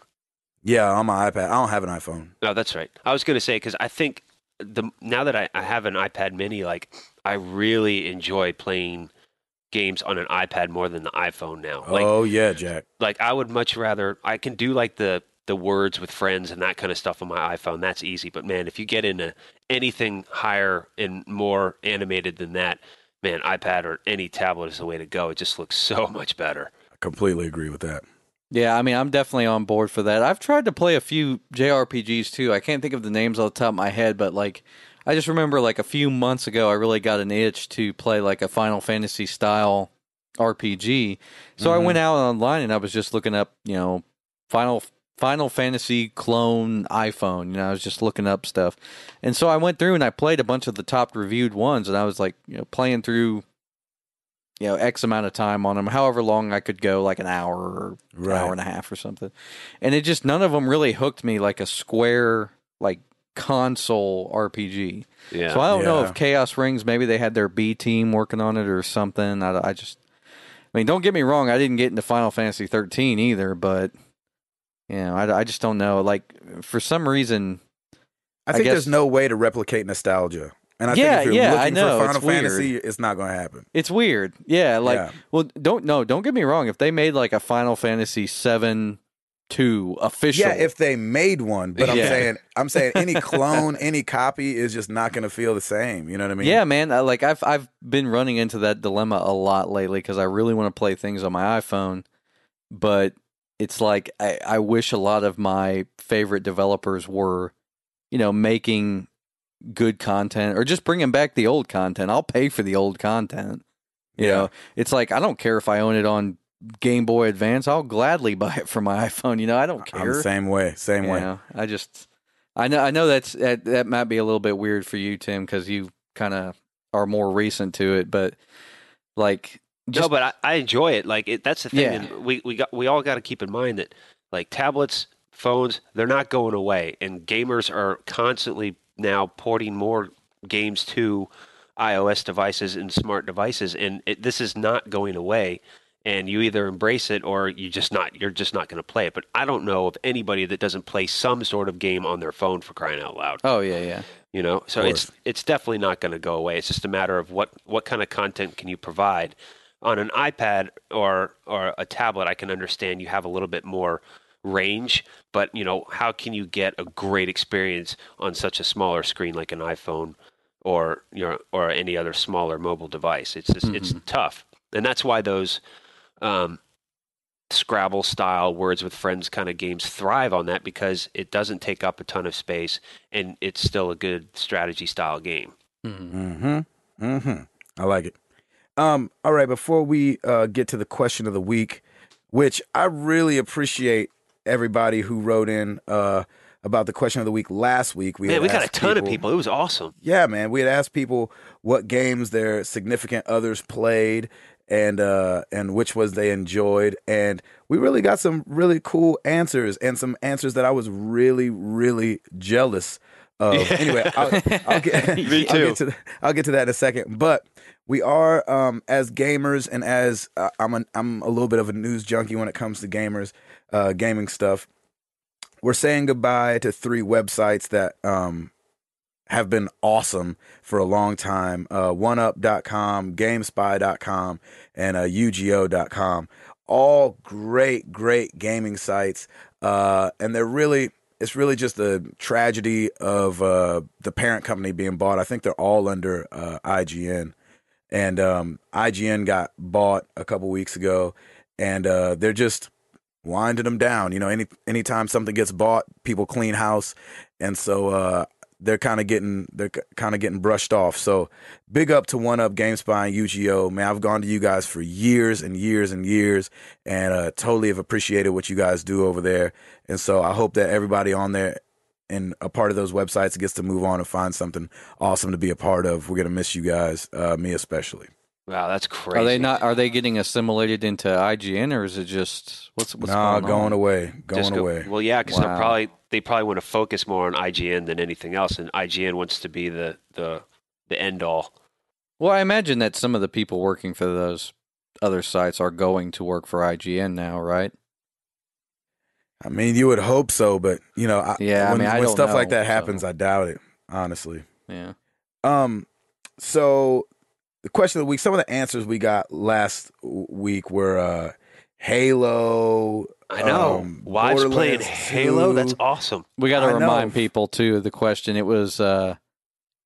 [SPEAKER 1] Yeah, on my iPad. I don't have an iPhone.
[SPEAKER 2] No, Oh, that's right. I was going to say because I think the now that I, I have an iPad Mini, like I really enjoy playing games on an iPad more than the iPhone now. Like,
[SPEAKER 1] oh yeah, Jack.
[SPEAKER 2] like I would much rather I can do like the the words with friends and that kind of stuff on my iPhone. That's easy. But man, if you get into anything higher and more animated than that, man, iPad or any tablet is the way to go. It just looks so much better.
[SPEAKER 1] I completely agree with that.
[SPEAKER 3] Yeah, I mean, I'm definitely on board for that. I've tried to play a few JRPGs too. I can't think of the names off the top of my head, but like, I just remember like a few months ago, I really got an itch to play like a Final Fantasy style RPG. So I
[SPEAKER 1] Mhm.
[SPEAKER 3] went out online and I was just looking up, you know, Final Final Fantasy clone iPhone. You know, I was just looking up stuff, and so I went through and I played a bunch of the top reviewed ones, and I was like, you know, playing through. You know, X amount of time on them, however long I could go, like an hour or
[SPEAKER 1] Right.
[SPEAKER 3] hour and a half or something. And it just none of them really hooked me like a square like console RPG.
[SPEAKER 2] Yeah.
[SPEAKER 3] So I don't know
[SPEAKER 1] Yeah.
[SPEAKER 3] if Chaos Rings maybe they had their B team working on it or something. I, I just I mean don't get me wrong, I didn't get into Final Fantasy 13 either, but you know, I, I just don't know. Like for some reason,
[SPEAKER 1] I
[SPEAKER 3] I
[SPEAKER 1] think
[SPEAKER 3] guess-
[SPEAKER 1] there's no way to replicate nostalgia. And I
[SPEAKER 3] Yeah,
[SPEAKER 1] think if you're
[SPEAKER 3] yeah, I
[SPEAKER 1] looking
[SPEAKER 3] know,
[SPEAKER 1] for
[SPEAKER 3] it's
[SPEAKER 1] Final Fantasy, it's not going to happen.
[SPEAKER 3] it's weird. Yeah, like
[SPEAKER 1] Yeah.
[SPEAKER 3] well, don't no, don't get me wrong. If they made like a Final Fantasy 7 2 official,
[SPEAKER 1] Yeah, if they made one, but I'm
[SPEAKER 3] Yeah.
[SPEAKER 1] saying I'm saying any clone, any copy is just not going to feel the same. You know what I mean?
[SPEAKER 3] yeah, man. I, like I've I've been running into that dilemma a lot lately because I really want to play things on my iPhone, but it's like I, I wish a lot of my favorite developers were, you know, making good content or just bringing back the old content. I'll pay for the old content. You
[SPEAKER 1] Yeah.
[SPEAKER 3] know, it's like I don't care if I own it on Game Boy Advance. I'll gladly buy it for my iPhone. You know, I don't care.
[SPEAKER 1] I'm the same way. Same
[SPEAKER 3] You
[SPEAKER 1] way.
[SPEAKER 3] know, I just, I know, I know that's that, that might be a little bit weird for you, Tim, because you kind of are more recent to it. But like,
[SPEAKER 2] no,
[SPEAKER 3] just-
[SPEAKER 2] but I, I enjoy it. Like it, that's the thing.
[SPEAKER 3] Yeah.
[SPEAKER 2] And we we got we all got to keep in mind that like tablets, phones, they're not going away, and gamers are constantly now porting more games to iOS devices and smart devices, and it, this is not going away. And you either embrace it or you just not you're just not going to play it. But I don't know of anybody that doesn't play some sort of game on their phone for crying out loud
[SPEAKER 3] oh yeah, yeah,
[SPEAKER 2] you know so
[SPEAKER 1] course.
[SPEAKER 2] it's it's definitely not going to go away it's just a matter of what what kind of content can you provide on an ipad or or a tablet i can understand you have a little bit more range but you know how can you get a great experience on such a smaller screen like an iphone or you know, or any other smaller mobile device it's just, it's tough and that's why those um, Scrabble style words with friends kind of games thrive on that because it doesn't take up a ton of space and it's still a good strategy style game.
[SPEAKER 3] Mhm.
[SPEAKER 1] Mm-hmm. Mm-hmm. I like it. Um, all right, before we uh, get to the question of the week, which I really appreciate everybody who wrote in uh, about the question of the week last week. We
[SPEAKER 2] Man,
[SPEAKER 1] had
[SPEAKER 2] we got a
[SPEAKER 1] asked
[SPEAKER 2] ton of people. It was awesome.
[SPEAKER 1] Yeah, man. We had asked people what games their significant others played and uh and which ones they enjoyed and we really got some really cool answers and some answers that I was really really jealous of. Anyway, I'll, I'll get
[SPEAKER 2] Me
[SPEAKER 1] I'll
[SPEAKER 2] too.
[SPEAKER 1] get to th- I'll get to that in a second, but we are um as gamers and as uh, I'm a, I'm a little bit of a news junkie when it comes to gamers uh gaming stuff. We're saying goodbye to three websites that um have been awesome for a long time. Uh, OneUp.com, GameSpy.com, and uh, UGO.com. All great, great gaming sites. Uh, and they're really, it's really just a tragedy of uh, the parent company being bought. I think they're all under uh, IGN. And um, IGN got bought a couple weeks ago. And uh, they're just winding them down. You know, any anytime something gets bought, people clean house. And so uh, they're kind of getting they're kind of getting brushed off. So big up to One Up, GameSpy, and UGO. Man, I've gone to you guys for years and years and years, and uh, totally have appreciated what you guys do over there. And so I hope that everybody on there and a part of those websites gets to move on and find something awesome to be a part of. We're gonna miss you guys, uh, me especially.
[SPEAKER 2] Wow, that's crazy.
[SPEAKER 3] are they not? Are they getting assimilated into IGN or is it just what's what's
[SPEAKER 1] nah,
[SPEAKER 3] going,
[SPEAKER 1] going
[SPEAKER 3] on?
[SPEAKER 1] away, going
[SPEAKER 2] Just go-
[SPEAKER 1] away.
[SPEAKER 2] Well, yeah, because
[SPEAKER 3] Wow.
[SPEAKER 2] they're probably they probably want to focus more on IGN than anything else, and IGN wants to be the the the end all.
[SPEAKER 3] Well, I imagine that some of the people working for those other sites are going to work for IGN now, right?
[SPEAKER 1] I mean, you would hope so, but you know, I,
[SPEAKER 3] Yeah, I
[SPEAKER 1] when,
[SPEAKER 3] mean, I
[SPEAKER 1] when
[SPEAKER 3] don't
[SPEAKER 1] stuff like
[SPEAKER 3] know,
[SPEAKER 1] that happens,
[SPEAKER 3] so-
[SPEAKER 1] I doubt it, honestly.
[SPEAKER 3] Yeah.
[SPEAKER 1] Um, so the question of the week, some of the answers we got last w- week were uh, Halo.
[SPEAKER 2] I know.
[SPEAKER 1] Um,
[SPEAKER 2] Wives playing
[SPEAKER 1] Borderlands
[SPEAKER 2] Halo. That's
[SPEAKER 1] 2.
[SPEAKER 2] awesome.
[SPEAKER 3] We got to
[SPEAKER 1] I know.
[SPEAKER 3] remind people too of the question. It was uh,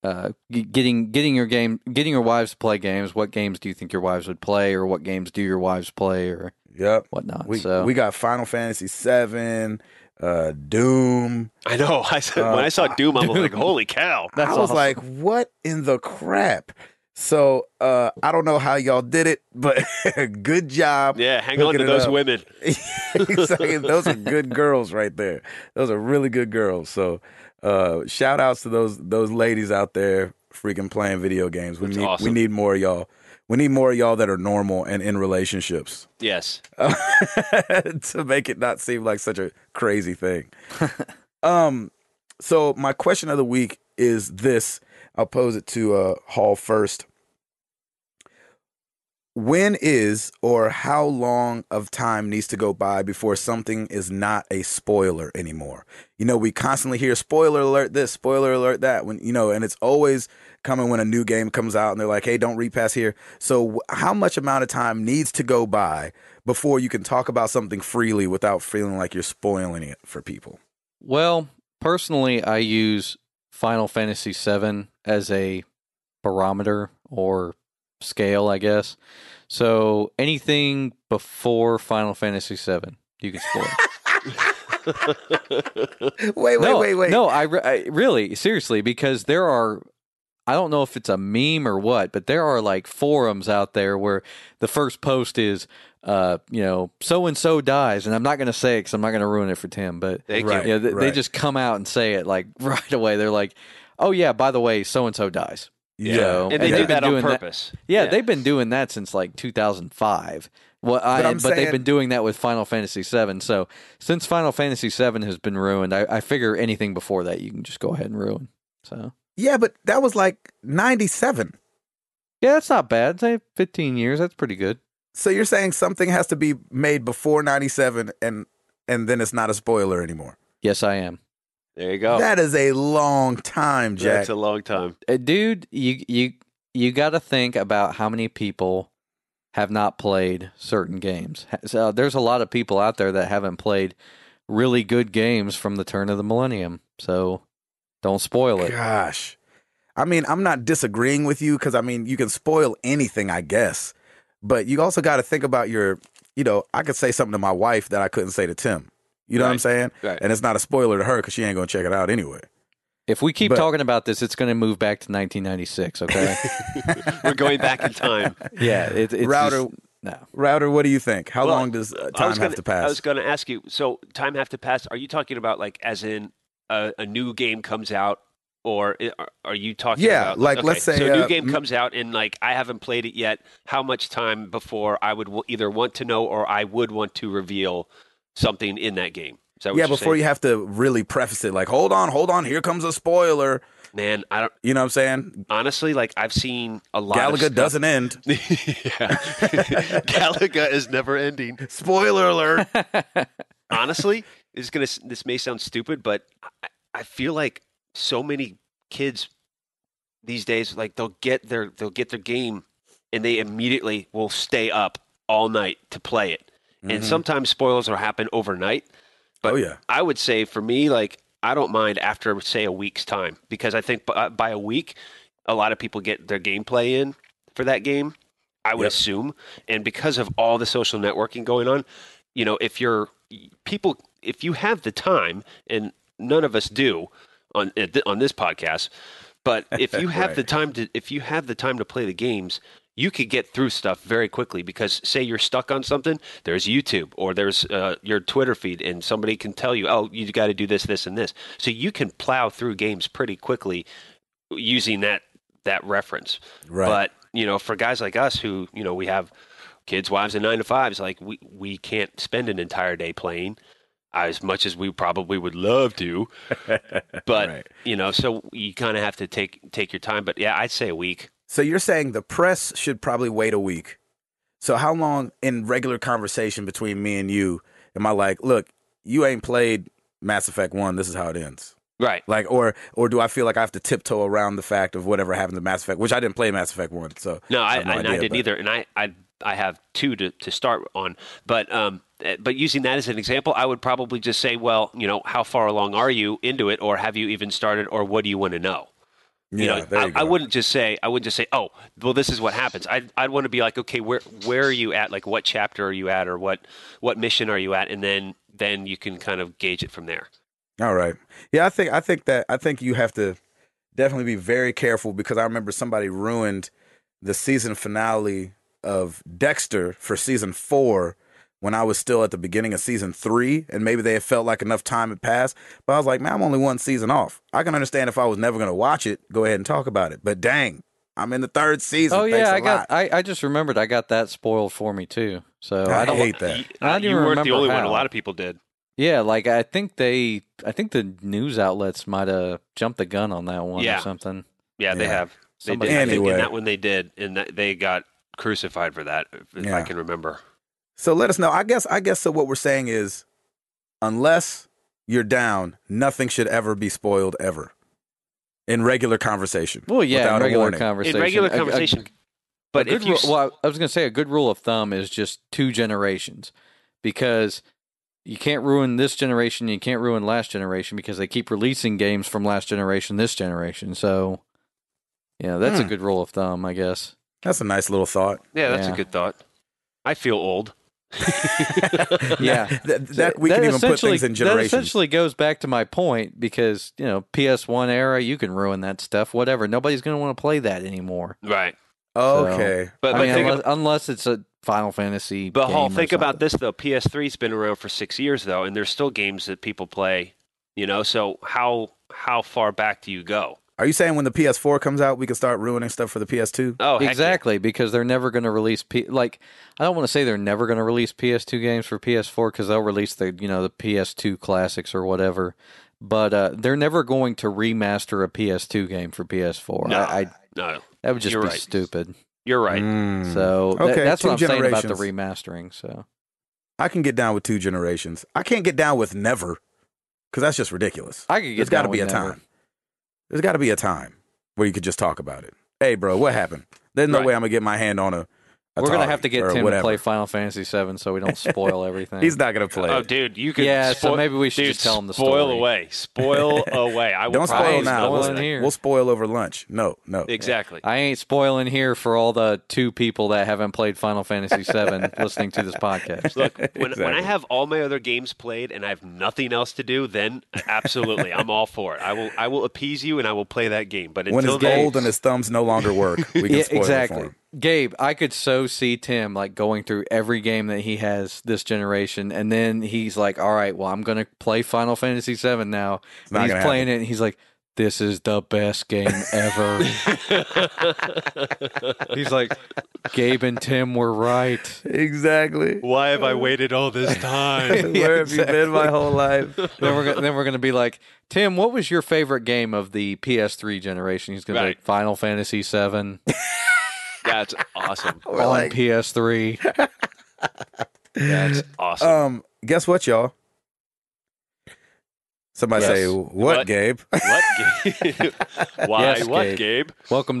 [SPEAKER 3] uh, g- getting getting your game, getting your wives to play games. What games do you think your wives would play, or what games do your wives play, or
[SPEAKER 1] Yep.
[SPEAKER 3] whatnot?
[SPEAKER 1] We
[SPEAKER 3] so
[SPEAKER 1] we got Final Fantasy VII, uh, Doom.
[SPEAKER 2] I know. I said,
[SPEAKER 1] Uh,
[SPEAKER 2] when I saw Doom, I was
[SPEAKER 3] dude.
[SPEAKER 2] like, "Holy cow!"
[SPEAKER 3] that's
[SPEAKER 1] I was
[SPEAKER 3] awesome.
[SPEAKER 1] like, what in the crap? So uh, I don't know how y'all did it, but good job.
[SPEAKER 2] Yeah, hang
[SPEAKER 1] Look
[SPEAKER 2] on to
[SPEAKER 1] it
[SPEAKER 2] those
[SPEAKER 1] up.
[SPEAKER 2] women.
[SPEAKER 1] He's like, those are good girls right there. Those are really good girls. So uh, shout outs to those those ladies out there freaking playing video games. We
[SPEAKER 2] That's
[SPEAKER 1] need we
[SPEAKER 2] awesome.
[SPEAKER 1] need more of y'all. We need more of y'all that are normal and in relationships
[SPEAKER 2] Yes.
[SPEAKER 1] to make it not seem like such a crazy thing. um, so my question of the week is this. I'll pose it to uh, Hall first. When is or how long of time needs to go by before something is not a spoiler anymore? You know, we constantly hear spoiler alert this, spoiler alert that. When you know, and it's always coming when a new game comes out, and they're like, "Hey, don't repass here." So, wh- how much amount of time needs to go by before you can talk about something freely without feeling like you're spoiling it for people.
[SPEAKER 3] Well, personally, I use Final Fantasy VII as a barometer or scale, I guess. So anything before Final Fantasy VII, you can spoil.
[SPEAKER 1] Wait, wait,
[SPEAKER 3] no,
[SPEAKER 1] wait, wait.
[SPEAKER 3] No, I, re- I really, seriously, because there are. I don't know if it's a meme or what, but there are like forums out there where the first post is, uh, you know, so and so dies, and I'm not going to say it because I'm not going to ruin it for Tim, but
[SPEAKER 2] Thank
[SPEAKER 1] Right.
[SPEAKER 2] you.
[SPEAKER 3] yeah, they, they
[SPEAKER 1] right.
[SPEAKER 3] just come out and say it like right away. They're like, "Oh yeah, by the way, so and so dies." So-
[SPEAKER 2] And they
[SPEAKER 3] And
[SPEAKER 2] do
[SPEAKER 3] they've been
[SPEAKER 2] that on
[SPEAKER 3] doing that-
[SPEAKER 2] purpose.
[SPEAKER 3] Yeah, they've been doing that since like 2005. Well, I,
[SPEAKER 1] But I'm
[SPEAKER 3] but they've
[SPEAKER 1] saying-
[SPEAKER 3] been doing that with Final Fantasy VII. So since Final Fantasy VII has been ruined, I, I figure anything before that you can just go ahead and ruin. So
[SPEAKER 1] Yeah, but that was like 97.
[SPEAKER 3] yeah, that's not bad. Say 15 years, that's pretty good.
[SPEAKER 1] So you're saying something has to be made before 97 and and then it's not a spoiler anymore.
[SPEAKER 3] Yes, I am.
[SPEAKER 2] there you go.
[SPEAKER 1] That is a long time, Jack.
[SPEAKER 2] That's a long time.
[SPEAKER 3] Uh, dude, you you you got to think about how many people have not played certain games. Ha- So there's a lot of people out there that haven't played really good games from the turn of the millennium. So don't spoil it.
[SPEAKER 1] Gosh. I mean, I'm not disagreeing with you because I mean, you can spoil anything, I guess. But you also got to think about your, you know, I could say something to my wife that I couldn't say to Tim. You know what I'm
[SPEAKER 2] Right.
[SPEAKER 1] saying?
[SPEAKER 2] Right.
[SPEAKER 1] And it's not a spoiler to her because she ain't going to check it out anyway.
[SPEAKER 3] If we keep
[SPEAKER 1] But-
[SPEAKER 3] talking about this, it's going to move back to 1996. Okay.
[SPEAKER 2] We're going back in time.
[SPEAKER 3] yeah. It, it's
[SPEAKER 1] Router-
[SPEAKER 3] just- no.
[SPEAKER 1] Router, what do you think? How
[SPEAKER 2] Well,
[SPEAKER 1] long does uh,
[SPEAKER 2] I
[SPEAKER 1] time
[SPEAKER 2] was gonna,
[SPEAKER 1] have to pass?
[SPEAKER 2] I was going to ask you. So, time have to pass. Are you talking about like as in a, a new game comes out, or i- are- are you talking?
[SPEAKER 1] Yeah,
[SPEAKER 2] about,
[SPEAKER 1] like,
[SPEAKER 2] okay,
[SPEAKER 1] let's say,
[SPEAKER 2] so a
[SPEAKER 1] uh,
[SPEAKER 2] new game
[SPEAKER 1] m-
[SPEAKER 2] comes out and like I haven't played it yet. How much time before I would w- either want to know or I would want to reveal something in that game? Is that what
[SPEAKER 1] yeah,
[SPEAKER 2] you're
[SPEAKER 1] before
[SPEAKER 2] saying?
[SPEAKER 1] you have to really preface it, like, hold on, hold on, here comes a spoiler.
[SPEAKER 2] man, I don't
[SPEAKER 1] You know what I'm saying?
[SPEAKER 2] honestly like I've seen a lot. of
[SPEAKER 1] Galaga
[SPEAKER 2] stuff-
[SPEAKER 1] doesn't end.
[SPEAKER 2] yeah, Galaga is never ending.
[SPEAKER 1] Spoiler alert.
[SPEAKER 2] honestly, this is gonna s- this may sound stupid, but I, I feel like so many kids these days like they'll get their they'll get their game and they immediately will stay up all night to play it. And
[SPEAKER 1] Mhm.
[SPEAKER 2] sometimes spoilers will happen overnight. But
[SPEAKER 1] oh, yeah.
[SPEAKER 2] I would say for me, like I don't mind after say a week's time because I think by, by a week, a lot of people get their gameplay in for that game. I would
[SPEAKER 1] Yep.
[SPEAKER 2] assume, and because of all the social networking going on, you know, if you're people, if you have the time, and none of us do on at thi- on this podcast, but if you have
[SPEAKER 1] Right.
[SPEAKER 2] the time to if you have the time to play the games, you could get through stuff very quickly because say you're stuck on something there's youtube or there's uh, your twitter feed and somebody can tell you oh you got to do this this and this so you can plow through games pretty quickly using that that reference
[SPEAKER 1] Right.
[SPEAKER 2] but you know for guys like us who you know we have kids wives and nine to fives like we we can't spend an entire day playing as much as we probably would love to. But
[SPEAKER 1] Right.
[SPEAKER 2] you know, so you kind of have to take take your time. But yeah, I'd say a week.
[SPEAKER 1] So you're saying the press should probably wait a week. So how long in regular conversation between me and you am I like, look, you ain't played Mass Effect One. This is how it ends.
[SPEAKER 2] Right.
[SPEAKER 1] Like, or or do I feel like I have to tiptoe around the fact of whatever happened to Mass Effect, which I didn't play Mass Effect One. So
[SPEAKER 2] No, I,
[SPEAKER 1] have no
[SPEAKER 2] and I
[SPEAKER 1] idea,
[SPEAKER 2] didn't
[SPEAKER 1] but-
[SPEAKER 2] either. And I, I, I have two to, to start on. But um, eh, but using that as an example, I would probably just say, well, you know, how far along are you into it, or have you even started, or what do you want to know?
[SPEAKER 1] yeah,
[SPEAKER 2] you know,
[SPEAKER 1] there
[SPEAKER 2] I,
[SPEAKER 1] you go.
[SPEAKER 2] I wouldn't just say I wouldn't just say, oh, well, this is what happens. I'd, I'd want to be like, okay, where where are you at? Like, what chapter are you at, or what what mission are you at? And then then you can kind of gauge it from there.
[SPEAKER 1] All right. Yeah, I think I think that I think you have to definitely be very careful because I remember somebody ruined the season finale of Dexter for season 4 when I was still at the beginning of season 3 and maybe they had felt like enough time had passed, but I was like, man, I'm only one season off. I can understand if I was never going to watch it, go ahead and talk about it. But dang, I'm in the third season.
[SPEAKER 3] Oh
[SPEAKER 1] Thanks
[SPEAKER 3] yeah,
[SPEAKER 1] a
[SPEAKER 3] I
[SPEAKER 1] lot.
[SPEAKER 3] got. I, I just remembered I got that spoiled for me too. So
[SPEAKER 1] I
[SPEAKER 3] I don't.
[SPEAKER 1] hate that.
[SPEAKER 2] You,
[SPEAKER 3] I don't
[SPEAKER 2] you
[SPEAKER 3] even
[SPEAKER 2] weren't the
[SPEAKER 3] remember
[SPEAKER 2] only one.
[SPEAKER 3] how.
[SPEAKER 2] A lot of people did.
[SPEAKER 3] Yeah, like I think they. I think the news outlets might have jumped the gun on that one
[SPEAKER 2] Yeah.
[SPEAKER 3] or something.
[SPEAKER 2] Yeah, they
[SPEAKER 1] Yeah.
[SPEAKER 2] have. They did.
[SPEAKER 3] Somebody-
[SPEAKER 2] I think
[SPEAKER 1] Anyway.
[SPEAKER 2] in that one they did, and that they got crucified for that. If
[SPEAKER 1] Yeah.
[SPEAKER 2] I can remember.
[SPEAKER 1] So let us know. I guess I guess so what we're saying is unless you're down, nothing should ever be spoiled ever. In regular conversation.
[SPEAKER 3] Well, yeah,
[SPEAKER 1] Without
[SPEAKER 3] in
[SPEAKER 1] a
[SPEAKER 3] regular
[SPEAKER 1] warning.
[SPEAKER 3] conversation.
[SPEAKER 2] in regular
[SPEAKER 3] A- a-
[SPEAKER 2] conversation. but
[SPEAKER 3] a
[SPEAKER 2] if
[SPEAKER 3] good
[SPEAKER 2] you,
[SPEAKER 3] ru-
[SPEAKER 2] s-
[SPEAKER 3] well, I I was going to say a good rule of thumb is just two generations, because you can't ruin this generation, you can't ruin last generation, because they keep releasing games from last generation, this generation. So, yeah, that's a
[SPEAKER 1] Hmm.
[SPEAKER 3] good rule of thumb, I guess.
[SPEAKER 1] That's a nice little thought.
[SPEAKER 2] yeah, that's
[SPEAKER 3] yeah.
[SPEAKER 2] a good thought. I feel old.
[SPEAKER 3] Yeah.
[SPEAKER 1] That, that, we can even put
[SPEAKER 3] essentially-
[SPEAKER 1] things in
[SPEAKER 3] That
[SPEAKER 1] generations.
[SPEAKER 3] essentially goes back to my point because you know PS1 era, you can ruin that stuff, whatever. Nobody's going to want to play that anymore.
[SPEAKER 2] Right.
[SPEAKER 1] Okay.
[SPEAKER 2] But,
[SPEAKER 3] I
[SPEAKER 2] but
[SPEAKER 3] mean,
[SPEAKER 2] think
[SPEAKER 3] unless, unless it's a Final Fantasy.
[SPEAKER 2] But
[SPEAKER 3] game
[SPEAKER 2] Hall,
[SPEAKER 3] or
[SPEAKER 2] think about
[SPEAKER 3] something.
[SPEAKER 2] this though. PS3's been around for six years though, and there's still games that people play. You know, so how how far back do you go?
[SPEAKER 1] Are you saying when the PS4 comes out, we can start ruining stuff for the PS2?
[SPEAKER 2] Oh, heck yeah.
[SPEAKER 3] exactly because they're never going to release P- like I don't want to say they're never going to release PS2 games for PS4 because they'll release the you know the PS2 classics or whatever, but uh, they're never going to remaster a PS2 game for PS4.
[SPEAKER 2] No.
[SPEAKER 3] I, I
[SPEAKER 2] No,
[SPEAKER 3] that would just
[SPEAKER 2] You're
[SPEAKER 3] be
[SPEAKER 2] right.
[SPEAKER 3] stupid.
[SPEAKER 2] you're right.
[SPEAKER 1] Mm.
[SPEAKER 3] So tha-
[SPEAKER 1] Okay,
[SPEAKER 3] that's what I'm
[SPEAKER 1] two
[SPEAKER 3] saying about the
[SPEAKER 1] generations.
[SPEAKER 3] remastering. So
[SPEAKER 1] I can get down with two generations. I can't get down with never because that's just ridiculous.
[SPEAKER 3] I could
[SPEAKER 1] There's
[SPEAKER 3] get
[SPEAKER 1] got to
[SPEAKER 3] down
[SPEAKER 1] be a
[SPEAKER 3] with never.
[SPEAKER 1] time. There's got to be a time where you could just talk about it. Hey, bro, what happened? There's no
[SPEAKER 2] Right.
[SPEAKER 1] way I'm gonna get my hand on a.
[SPEAKER 3] We're gonna
[SPEAKER 1] Atari
[SPEAKER 3] have
[SPEAKER 1] or
[SPEAKER 3] to get Tim
[SPEAKER 1] whatever.
[SPEAKER 3] to play Final Fantasy VII so we don't spoil everything.
[SPEAKER 1] He's not gonna play.
[SPEAKER 2] Oh,
[SPEAKER 1] it.
[SPEAKER 2] dude, you could.
[SPEAKER 3] yeah, so
[SPEAKER 2] spoil-
[SPEAKER 3] maybe we should
[SPEAKER 2] dude,
[SPEAKER 3] just tell him the
[SPEAKER 2] spoil
[SPEAKER 3] story.
[SPEAKER 2] away, spoil away. I will
[SPEAKER 1] Don't
[SPEAKER 2] probably
[SPEAKER 1] spoil
[SPEAKER 3] ain't
[SPEAKER 1] now.
[SPEAKER 2] spoil
[SPEAKER 1] We'll,
[SPEAKER 3] spoiling
[SPEAKER 2] it.
[SPEAKER 3] here.
[SPEAKER 1] we'll spoil over lunch. No, no.
[SPEAKER 2] Exactly.
[SPEAKER 3] I ain't spoiling here for all the two people that haven't played Final Fantasy VII listening to this podcast.
[SPEAKER 2] Look, when, when I
[SPEAKER 1] Exactly.
[SPEAKER 2] have all my other games played and I have nothing else to do, then absolutely, I'm all for it. I will, I will appease you and I will play that game. But
[SPEAKER 1] When
[SPEAKER 2] until
[SPEAKER 1] his
[SPEAKER 2] then,
[SPEAKER 1] gold and his thumbs no longer work, we can spoil
[SPEAKER 3] Yeah,
[SPEAKER 1] it for
[SPEAKER 3] exactly.
[SPEAKER 1] him.
[SPEAKER 3] Gabe, I could so see Tim like going through every game that he has this generation, and then he's like, "All right, well, I'm gonna play Final Fantasy VII now."
[SPEAKER 1] not
[SPEAKER 3] And he's
[SPEAKER 1] gonna
[SPEAKER 3] playing it, and he's like, "This is the best game ever." he's like, "Gabe and Tim were right."
[SPEAKER 1] Exactly.
[SPEAKER 2] why have I waited all this time?
[SPEAKER 1] Where have you been my
[SPEAKER 3] exactly.
[SPEAKER 1] whole life?
[SPEAKER 3] Then we're gonna, then we're gonna be like, Tim, what was your favorite game of the PS3 generation? He's gonna be
[SPEAKER 2] Right.
[SPEAKER 3] like, Final Fantasy VII.
[SPEAKER 2] That's awesome.
[SPEAKER 1] We're
[SPEAKER 3] on
[SPEAKER 1] like,
[SPEAKER 3] PS3.
[SPEAKER 2] That's awesome.
[SPEAKER 1] um, guess what, y'all? Somebody
[SPEAKER 3] Yes.
[SPEAKER 1] say what,
[SPEAKER 2] What?
[SPEAKER 1] Gabe?
[SPEAKER 2] what, Gabe? Why?
[SPEAKER 3] Yes,
[SPEAKER 2] what,
[SPEAKER 3] Gabe.
[SPEAKER 2] Gabe?
[SPEAKER 3] Welcome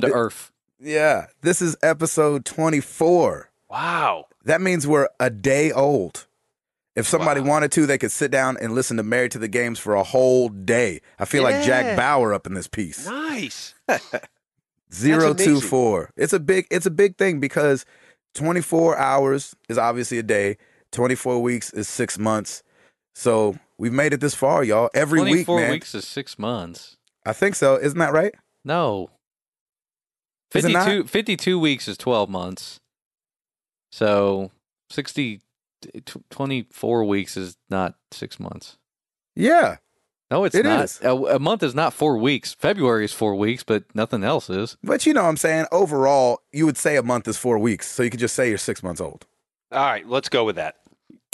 [SPEAKER 3] to Earth.
[SPEAKER 1] yeah, this is episode twenty-four.
[SPEAKER 2] Wow.
[SPEAKER 1] That means we're a day old. If somebody
[SPEAKER 2] Wow.
[SPEAKER 1] wanted to, they could sit down and listen to Married to the Games for a whole day. I feel like
[SPEAKER 2] Yeah.
[SPEAKER 1] Jack Bauer up in this piece.
[SPEAKER 2] Nice.
[SPEAKER 1] Zero
[SPEAKER 2] amazing.
[SPEAKER 1] two four. It's a big it's a big thing because twenty four hours is obviously a day. Twenty four weeks is six months. So we've made it this far, y'all. Every week,
[SPEAKER 3] 24
[SPEAKER 1] man.
[SPEAKER 3] weeks is six months.
[SPEAKER 1] I think so. Isn't that right?
[SPEAKER 3] No.
[SPEAKER 1] Is it
[SPEAKER 3] 52, 52 weeks is 12 months. So 60, tw 24 weeks is not six months.
[SPEAKER 1] Yeah.
[SPEAKER 3] No, it's
[SPEAKER 1] It
[SPEAKER 3] not.
[SPEAKER 1] is.
[SPEAKER 3] A, a month is not four weeks. February is four weeks, but nothing else is.
[SPEAKER 1] But you know what I'm saying? Overall, you would say a month is four weeks. So you could just say you're six months old.
[SPEAKER 2] All right, let's go with that.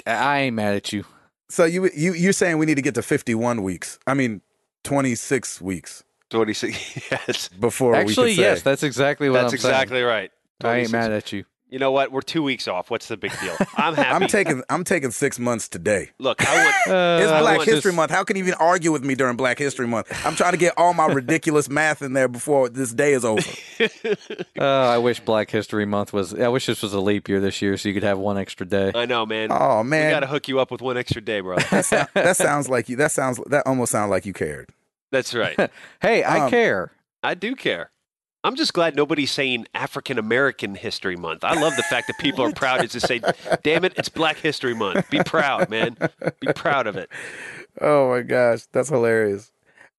[SPEAKER 3] I I ain't mad at you.
[SPEAKER 1] So you you you're saying we need to get to 51 weeks? I mean, 26 weeks
[SPEAKER 2] 26. Yes.
[SPEAKER 1] before
[SPEAKER 3] Actually,
[SPEAKER 1] we can
[SPEAKER 3] yes,
[SPEAKER 1] say.
[SPEAKER 3] that's exactly what
[SPEAKER 2] That's
[SPEAKER 3] I'm
[SPEAKER 2] exactly right.
[SPEAKER 3] saying. I ain't
[SPEAKER 2] 26.
[SPEAKER 3] mad at you.
[SPEAKER 2] You know what? We're two weeks off. What's the big deal? I'm happy.
[SPEAKER 1] I'm taking I'm taking six months today.
[SPEAKER 2] Look, I want.
[SPEAKER 3] Uh,
[SPEAKER 1] It's
[SPEAKER 3] I
[SPEAKER 1] Black
[SPEAKER 3] want
[SPEAKER 2] want-
[SPEAKER 1] History
[SPEAKER 3] just-
[SPEAKER 1] Month. How can you even argue with me during Black History Month? I'm trying to get all my ridiculous math in there before this day is over.
[SPEAKER 3] Oh, I wish Black History Month was. I wish this was a leap year this year, so you could have one extra day.
[SPEAKER 2] I know, man.
[SPEAKER 1] Oh
[SPEAKER 2] We got to
[SPEAKER 1] man,
[SPEAKER 2] hook you up with one extra day, bro.
[SPEAKER 1] that, sou- that sounds like you. That sounds that almost sounds like you cared.
[SPEAKER 2] That's right.
[SPEAKER 3] Hey, I
[SPEAKER 1] Um,
[SPEAKER 3] care.
[SPEAKER 2] I do care. I'm just glad nobody's saying African American History Month. I love the fact that people are proud to just say, "Damn it, it's Black History Month." Be proud, man. Be proud of it.
[SPEAKER 1] Oh my gosh, that's hilarious.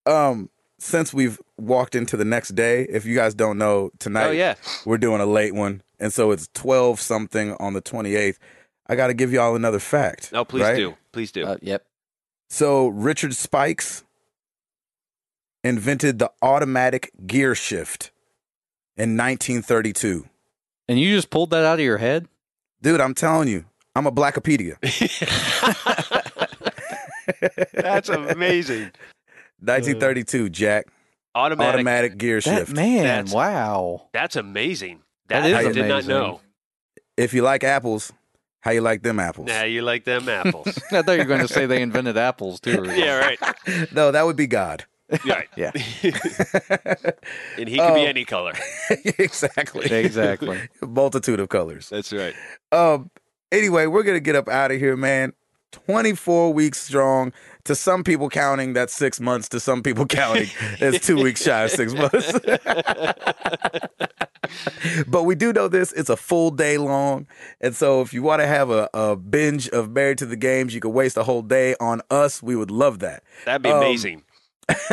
[SPEAKER 1] Um, since we've walked into the next day, if you guys don't know tonight,
[SPEAKER 2] Oh yeah.
[SPEAKER 1] we're doing a late one, and so it's twelve something on the twenty eighth. I got to give y'all another fact.
[SPEAKER 2] No, Oh, please
[SPEAKER 1] right?
[SPEAKER 2] do. Please do.
[SPEAKER 3] Uh, yep.
[SPEAKER 1] So Richard Spikes invented the automatic gear shift in 1932.
[SPEAKER 3] And you just pulled that out of your head.
[SPEAKER 1] Dude, I'm telling you, I'm a Blackopedia.
[SPEAKER 2] That's amazing.
[SPEAKER 1] 1932, Jack.
[SPEAKER 2] Automatic.
[SPEAKER 1] Automatic gear
[SPEAKER 3] That
[SPEAKER 1] shift.
[SPEAKER 3] man,
[SPEAKER 2] That's-
[SPEAKER 3] wow.
[SPEAKER 2] That's amazing.
[SPEAKER 3] That
[SPEAKER 2] That,
[SPEAKER 3] is
[SPEAKER 2] I did not
[SPEAKER 3] amazing.
[SPEAKER 2] know.
[SPEAKER 1] If you like apples, how you like them apples?
[SPEAKER 2] Now you like them apples.
[SPEAKER 3] I thought you were going to say they invented apples too. or
[SPEAKER 2] yeah, right.
[SPEAKER 1] no, that would be God.
[SPEAKER 2] right.
[SPEAKER 3] Yeah.
[SPEAKER 2] and he could
[SPEAKER 1] Oh.
[SPEAKER 2] be any color.
[SPEAKER 1] exactly.
[SPEAKER 3] something. exactly.
[SPEAKER 1] Multitude of colors.
[SPEAKER 2] That's right.
[SPEAKER 1] Um. Anyway, we're gonna get up out of here, man. 24 weeks strong. To some people counting, that's six months. To some people counting, it's two weeks shy of six months. but we do know this. It's a full day long. And so if you want to have a, a binge of Married to the Games, you could waste a whole day on us. We would love that.
[SPEAKER 2] That'd be
[SPEAKER 1] Um,
[SPEAKER 2] amazing.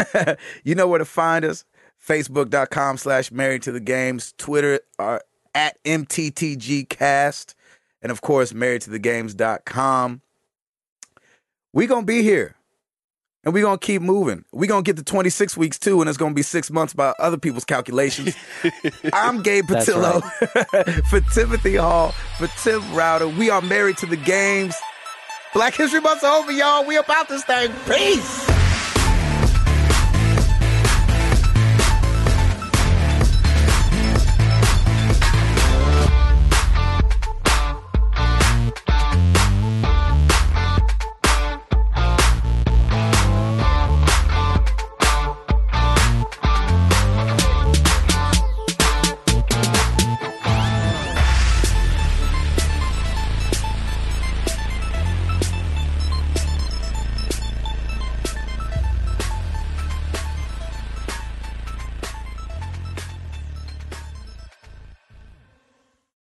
[SPEAKER 1] you know where to find us facebook.com slash married to the games twitter are at mttgcast and of course married to the games.com we gonna be here and we gonna keep moving we gonna get to 26 weeks too and it's gonna be six months by other people's calculations i'm gabe
[SPEAKER 3] That's
[SPEAKER 1] patillo for timothy hall for tim router we are married to the games black history month's over y'all we about this thing peace